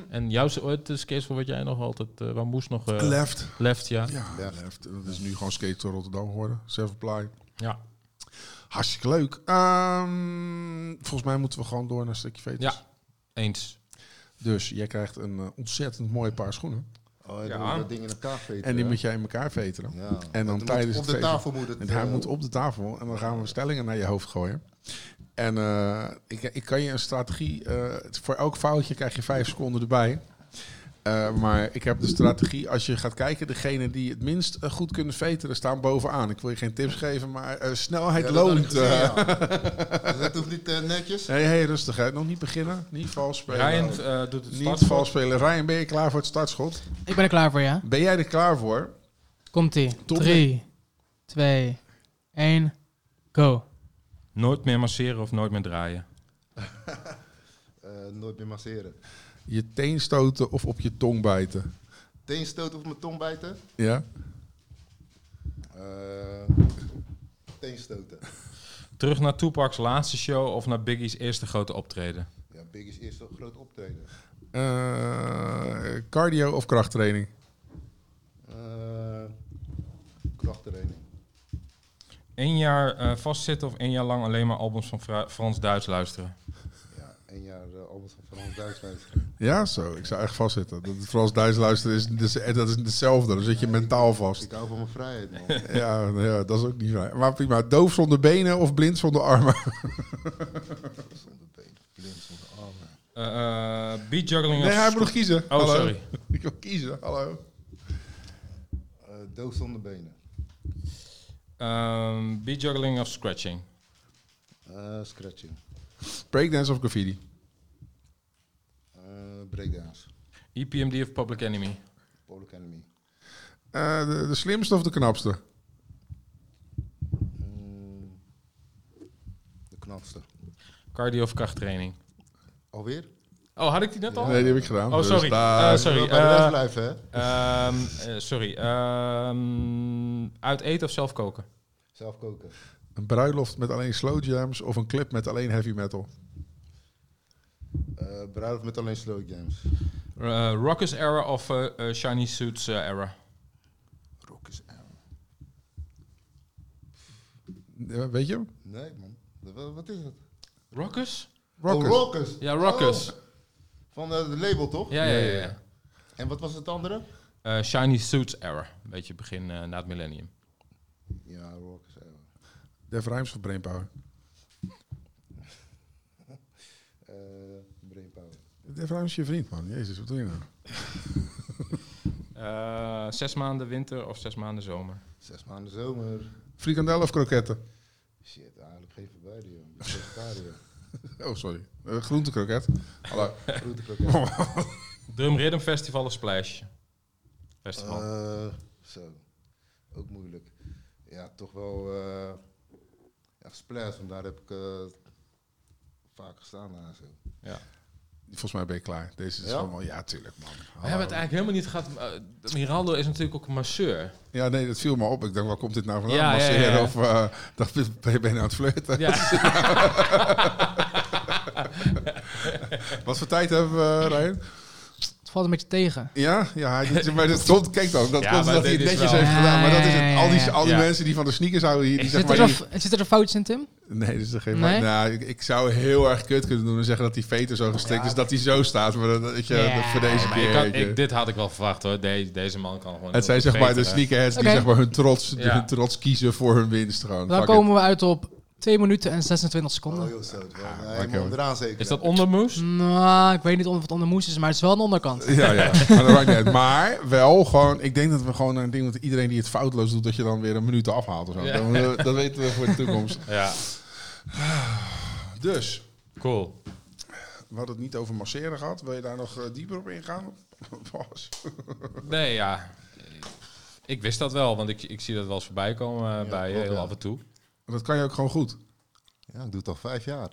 B: En jouw ooit is Kees voor wat jij nog altijd, eh, waar moest nog eh,
A: Left.
B: left, ja.
A: Ja,
C: Left.
A: Left. Dat is nu gewoon Skate to Rotterdam geworden. Self-apply.
B: Ja.
A: Hartstikke leuk. Ehm, volgens mij moeten we gewoon door naar een stukje veters.
B: Ja. Eens.
A: Dus jij krijgt een eh, ontzettend mooi paar schoenen.
C: Oh, ja,
B: Ja.
C: dan moet je dat ding in elkaar veten.
A: En die
C: hè?
A: moet jij in elkaar veteren.
C: Ja.
A: dan
C: Dat moet-
A: tijdens
C: Op
A: het
C: de
A: feest.
C: tafel moet het...
A: En hij
C: eh,
A: moet op de tafel en dan gaan we stellingen naar je hoofd gooien. En eh, ik, ik kan je een strategie... eh, voor elk foutje krijg je vijf seconden erbij. Eh, maar ik heb de strategie, als je gaat kijken, degene die het minst eh, goed kunnen veteren staan bovenaan. Ik wil je geen tips geven, maar eh,
C: Ja,
A: snelheid
C: dat had ik
A: loont.
C: gezien,
A: eh.
C: ja.
A: (laughs)
C: Dus Dat hoeft niet eh, netjes.
A: hey, hey, rustig hè. Nog niet beginnen, niet vals spelen.
B: Ryan eh, doet het
A: Niet
B: startschot.
A: vals spelen. Ryan, ben je klaar voor het startschot?
D: Ik ben er klaar voor, ja?
A: Ben jij er klaar voor?
D: Komt-ie.
A: Top.
D: 3, 2, 1, go.
B: Nooit meer masseren of nooit meer draaien.
C: Eh, nooit meer masseren.
A: Je teen stoten of op je tong bijten?
C: Teen stoten of mijn tong bijten?
A: Ja?
C: Eh, teen stoten.
B: Terug naar Tupac's laatste show of naar Biggie's eerste grote optreden.
C: Ja, Biggie's eerste groot optreden.
A: Eh, cardio of krachttraining?
C: Eh krachttraining.
B: Eén jaar eh, vastzitten of één jaar lang alleen maar albums van Fra- Frans-Duits luisteren.
C: Ja, één jaar eh, Albert van Frans Duitsland.
A: Ja, zo. Ik zou echt vastzitten. Dat het Frans Duits luisteren is, dus, eh, dat is hetzelfde. Dan zit je mentaal vast.
C: Ik hou van mijn vrijheid,
B: (laughs)
C: man.
A: Ja, ja, dat is ook niet waar. Maar prima. Doof zonder benen of blind zonder armen?
C: zonder benen, blind, zonder armen.
B: Eh eh, beatjuggling
A: Nee,
B: of
A: hij
B: sco-
A: moet nog kiezen.
B: Oh, sorry.
A: Ik wil kiezen. Hallo.
C: Eh doof zonder benen.
B: Ehm, beatjuggling of scratching.
C: Eh, scratching.
A: Breakdance of graffiti?
C: Eh breakdance.
B: EPMD of Public Enemy.
C: Public Enemy.
A: Eh, de, de slimste of de knapste?
C: Mm, de knapste.
B: Cardio of krachttraining.
C: Alweer?
B: Oh, had ik die net al?
A: Nee, die heb ik gedaan.
B: Oh, sorry.
A: Dus daar-
B: Eh, sorry.
C: Je wil bij de les
B: eh,
C: blijven, hè?
B: Ehm, eh, sorry. Ehm, uit eten of zelf koken?
C: Zelf koken.
A: Een bruiloft met alleen slow jams of een clip met alleen heavy metal?
C: Eh bruiloft met alleen slow jams.
B: Eh Rockers era of eh eh, Shiny Suits eh, era?
C: Rock is aan.
A: Ja, weet je hem?
C: Nee, man. Wat, wat is het?
B: Oh, Rockers?
A: Rockers.
C: Oh, rockers.
B: Ja, Rockers.
C: Oh, van eh, de label, toch?
B: Ja, ja, ja.
A: Ja, ja,
B: ja.
C: En wat was het andere?
B: Eh, shiny Suits era. Een beetje begin eh, na het millennium.
C: Ja, rockers. ja.
A: Def Rijms van Brainpower.
C: Eh, brainpower.
A: De vrouw is je vriend, man. Jezus, wat doe je nou?
B: Eh, zes maanden winter of zes maanden zomer.
C: Zes maanden zomer.
A: Frikandel of kroketten?
C: Shit, eigenlijk geen van beide, joh. Ik ben vegetariër.
A: Oh, sorry. Eh, groentekroket. Hallo.
C: Groentekroket.
B: Drum Rhythm Festival of Splash? Festival.
C: Eh, zo. Ook moeilijk. Ja, toch wel. eh ja, Splash, want daar heb ik eh, vaak gestaan. en zo.
B: ja.
A: Volgens mij ben je klaar. Deze is
C: Ja?
A: allemaal... Ja, tuurlijk, man.
B: We hebben het eigenlijk helemaal niet gehad. eh, Miraldo is natuurlijk ook een masseur.
A: Ja, nee, dat viel me op. Ik dacht, waar komt dit nou vandaan?
B: Ja,
A: Was
B: ja,
A: je
B: ja,
A: hier
B: ja.
A: Of eh, dacht, ben je ben je nou aan het flirten?
B: Ja.
A: (laughs) Wat voor tijd hebben we, eh, Ryan?
D: Het valt een beetje tegen.
A: Ja, ja hij doet- maar dat stond, kijk dan, dat
B: Ja,
A: komt
B: maar
A: dat hij het
B: dit is
A: netjes
B: wel-
A: heeft gedaan. Maar dat is
D: Ja,
A: het.
D: ja,
A: Al die,
D: ja.
A: al die
B: Ja.
A: mensen die van de sneakers houden hier, die
D: Zit
A: zeggen
D: er,
A: maar...
D: een,
A: die-
D: zit er een fout in, Tim?
A: Nee, dat is er geen...
D: Nee?
A: Nou, ik, ik zou heel erg kut kunnen doen en zeggen dat die veter zo gestrikt is, dat hij zo staat. Maar dat, dat je,
D: Ja.
A: dat voor deze
B: Maar je
A: keer...
B: kan,
A: weet je.
B: ik, dit had ik wel verwacht hoor. Deze, deze man kan gewoon.
A: het zijn zeg maar de sneakerheads die
D: Oké.
A: zeg maar hun trots,
B: Ja.
A: hun trots kiezen voor hun winst gewoon.
D: Dan
A: Fuck it.
D: komen we uit op 2 minuten en 26
C: Oh,
D: seconden.
C: joh, zo. het wel.
A: Ah,
C: Nee,
A: lekker,
C: maar
A: hoor.
C: onderaan zeker.
B: Is dat ondermoes?
D: Nou, ik weet niet of het onder moes is, maar het is wel een onderkant.
A: Ja,
D: (laughs)
A: ja. maar, dat maakt niet uit. maar wel gewoon, ik denk dat we gewoon een ding met iedereen die het foutloos doet, dat je dan weer een minuut afhaalt of zo.
B: Ja.
A: Dat, dat weten we voor
B: (laughs)
A: de toekomst.
B: Ja,
A: Dus,
B: cool.
A: we hadden het niet over masseren gehad. Wil je daar nog eh, dieper op ingaan? (laughs) Bas?
B: Nee, ja. Ik wist dat wel, want ik, ik zie dat wel eens voorbij komen eh, bij je
C: klopt,
B: heel
C: ja.
B: af en toe.
A: Dat kan je ook gewoon goed.
C: Ja, ik doe het al vijf jaar.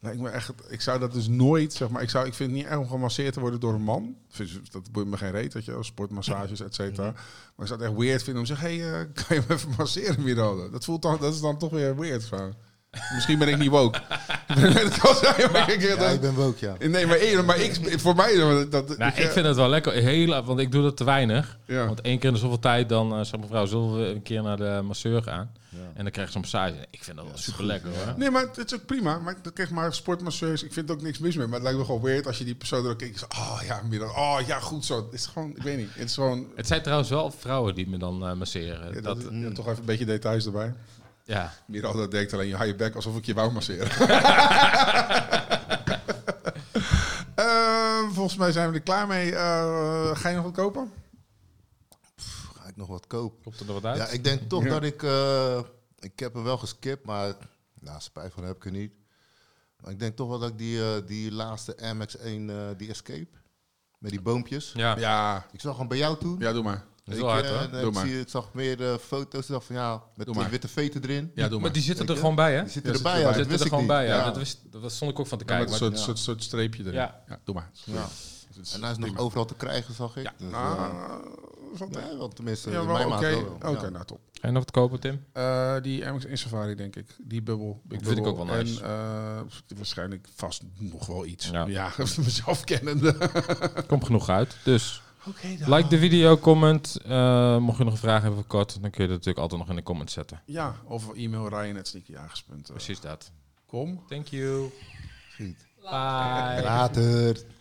A: Nee, ik, ben echt, ik zou dat dus nooit, zeg maar, ik, zou, ik vind het niet erg om gemasseerd te worden door een man. Vind- Dat boeit me geen reet, dat je wel, sportmassages, et cetera. Maar ik zou het echt weird vinden om te zeggen, hey, eh, (laughs) kan je me even masseren, Mirode? Dat, voelt dan, dat is dan toch weer weird. Zo. Misschien ben ik niet woke. (laughs) dat kan zijn, maar ik,
C: Ja, ik ben woke, ja.
A: Nee, maar, eerder, maar ik, voor mij... eh, Dat, dat,
B: Nou, ik vind het wel lekker. Heel, want ik doe dat te weinig.
A: Ja.
B: Want één keer in de zoveel tijd, dan eh zegt mevrouw, zullen we een keer naar de masseur gaan?
C: Ja.
B: En dan krijg je zo'n massage. Ik vind dat wel super lekker hoor.
A: Nee, maar het is ook prima. Maar ik krijg maar sportmasseurs. Ik vind er ook niks mis mee. Maar het lijkt me gewoon weird als je die persoon er ook kijkt. Oh ja, middag. Oh ja, goed zo. Het is gewoon, ik weet niet. Het is gewoon...
B: Het zijn trouwens wel vrouwen die me dan eh, masseren.
A: Ja,
B: dat,
A: dat, ja, toch even een beetje details erbij.
B: ja.
A: Mira dat denkt alleen, je haalt je bek alsof ik je wou masseren. Ehm, volgens mij zijn we er klaar mee. Eh, ga je nog wat kopen?
C: Ga ik nog wat kopen?
B: Komt er nog wat uit?
C: Ja, ik denk toch
A: Ja.
C: dat ik... eh, ik heb er wel geskipt, maar... Nou, spijt van heb ik er niet. Maar ik denk toch wel dat ik die, eh, die laatste MX-1, eh, die Escape... Met die boompjes.
B: ja.
A: Ja,
C: Ik zag hem bij jou toen.
A: ja doe maar.
B: dat
C: Ik,
B: is wel hard
C: eh,
B: hoor.
C: en
A: Doe
C: ik,
A: maar.
C: zie, ik zag meer eh, foto's dacht van ja, met
A: Doe
C: die
A: maar.
C: witte veten erin.
A: Ja, doe maar.
B: Maar die zitten
C: Weet
B: er
C: je?
B: gewoon bij, hè?
C: Die
B: Die
C: zitten
A: Ja,
C: erbij,
A: zitten erbij.
C: ja. dat
B: zitten
C: wist
B: er
C: ik
B: gewoon
C: niet.
B: bij, ja.
C: Ja.
B: Dat, wist, dat stond ik ook van te
A: Ja, met
B: kijken.
A: een
B: maar-
A: soort, soort, soort streepje erin. Ja.
B: Ja.
A: doe maar.
C: Ja. En hij is nog overal te krijgen, zag ik.
A: Dus Ja,
C: Dus, eh,
A: nou, valt mee.
C: nee, wel, tenminste,
A: Ja,
C: in
A: wel
C: mijn
A: oké.
C: maat wel.
A: Oké,
C: ja.
A: nou top.
B: Ga je nog wat kopen, Tim?
A: Eh, die MX in Safari, denk ik. Die bubbel.
B: Dat vind ik ook wel nice.
A: En eh, waarschijnlijk vast nog wel iets. Ja, (laughs)
B: Ja.
A: mezelf kennende.
B: Komt genoeg uit. Dus
A: Oké, dan.
B: like de video, comment. Eh, mocht je nog een vraag hebben voor kort, dan kun je dat natuurlijk altijd nog in de comments zetten.
A: Ja, of e-mail eh, ryan.sneakerjagers.com.
B: Precies dat.
A: Kom.
B: Thank you.
C: Schiet.
D: Bye.
C: Later.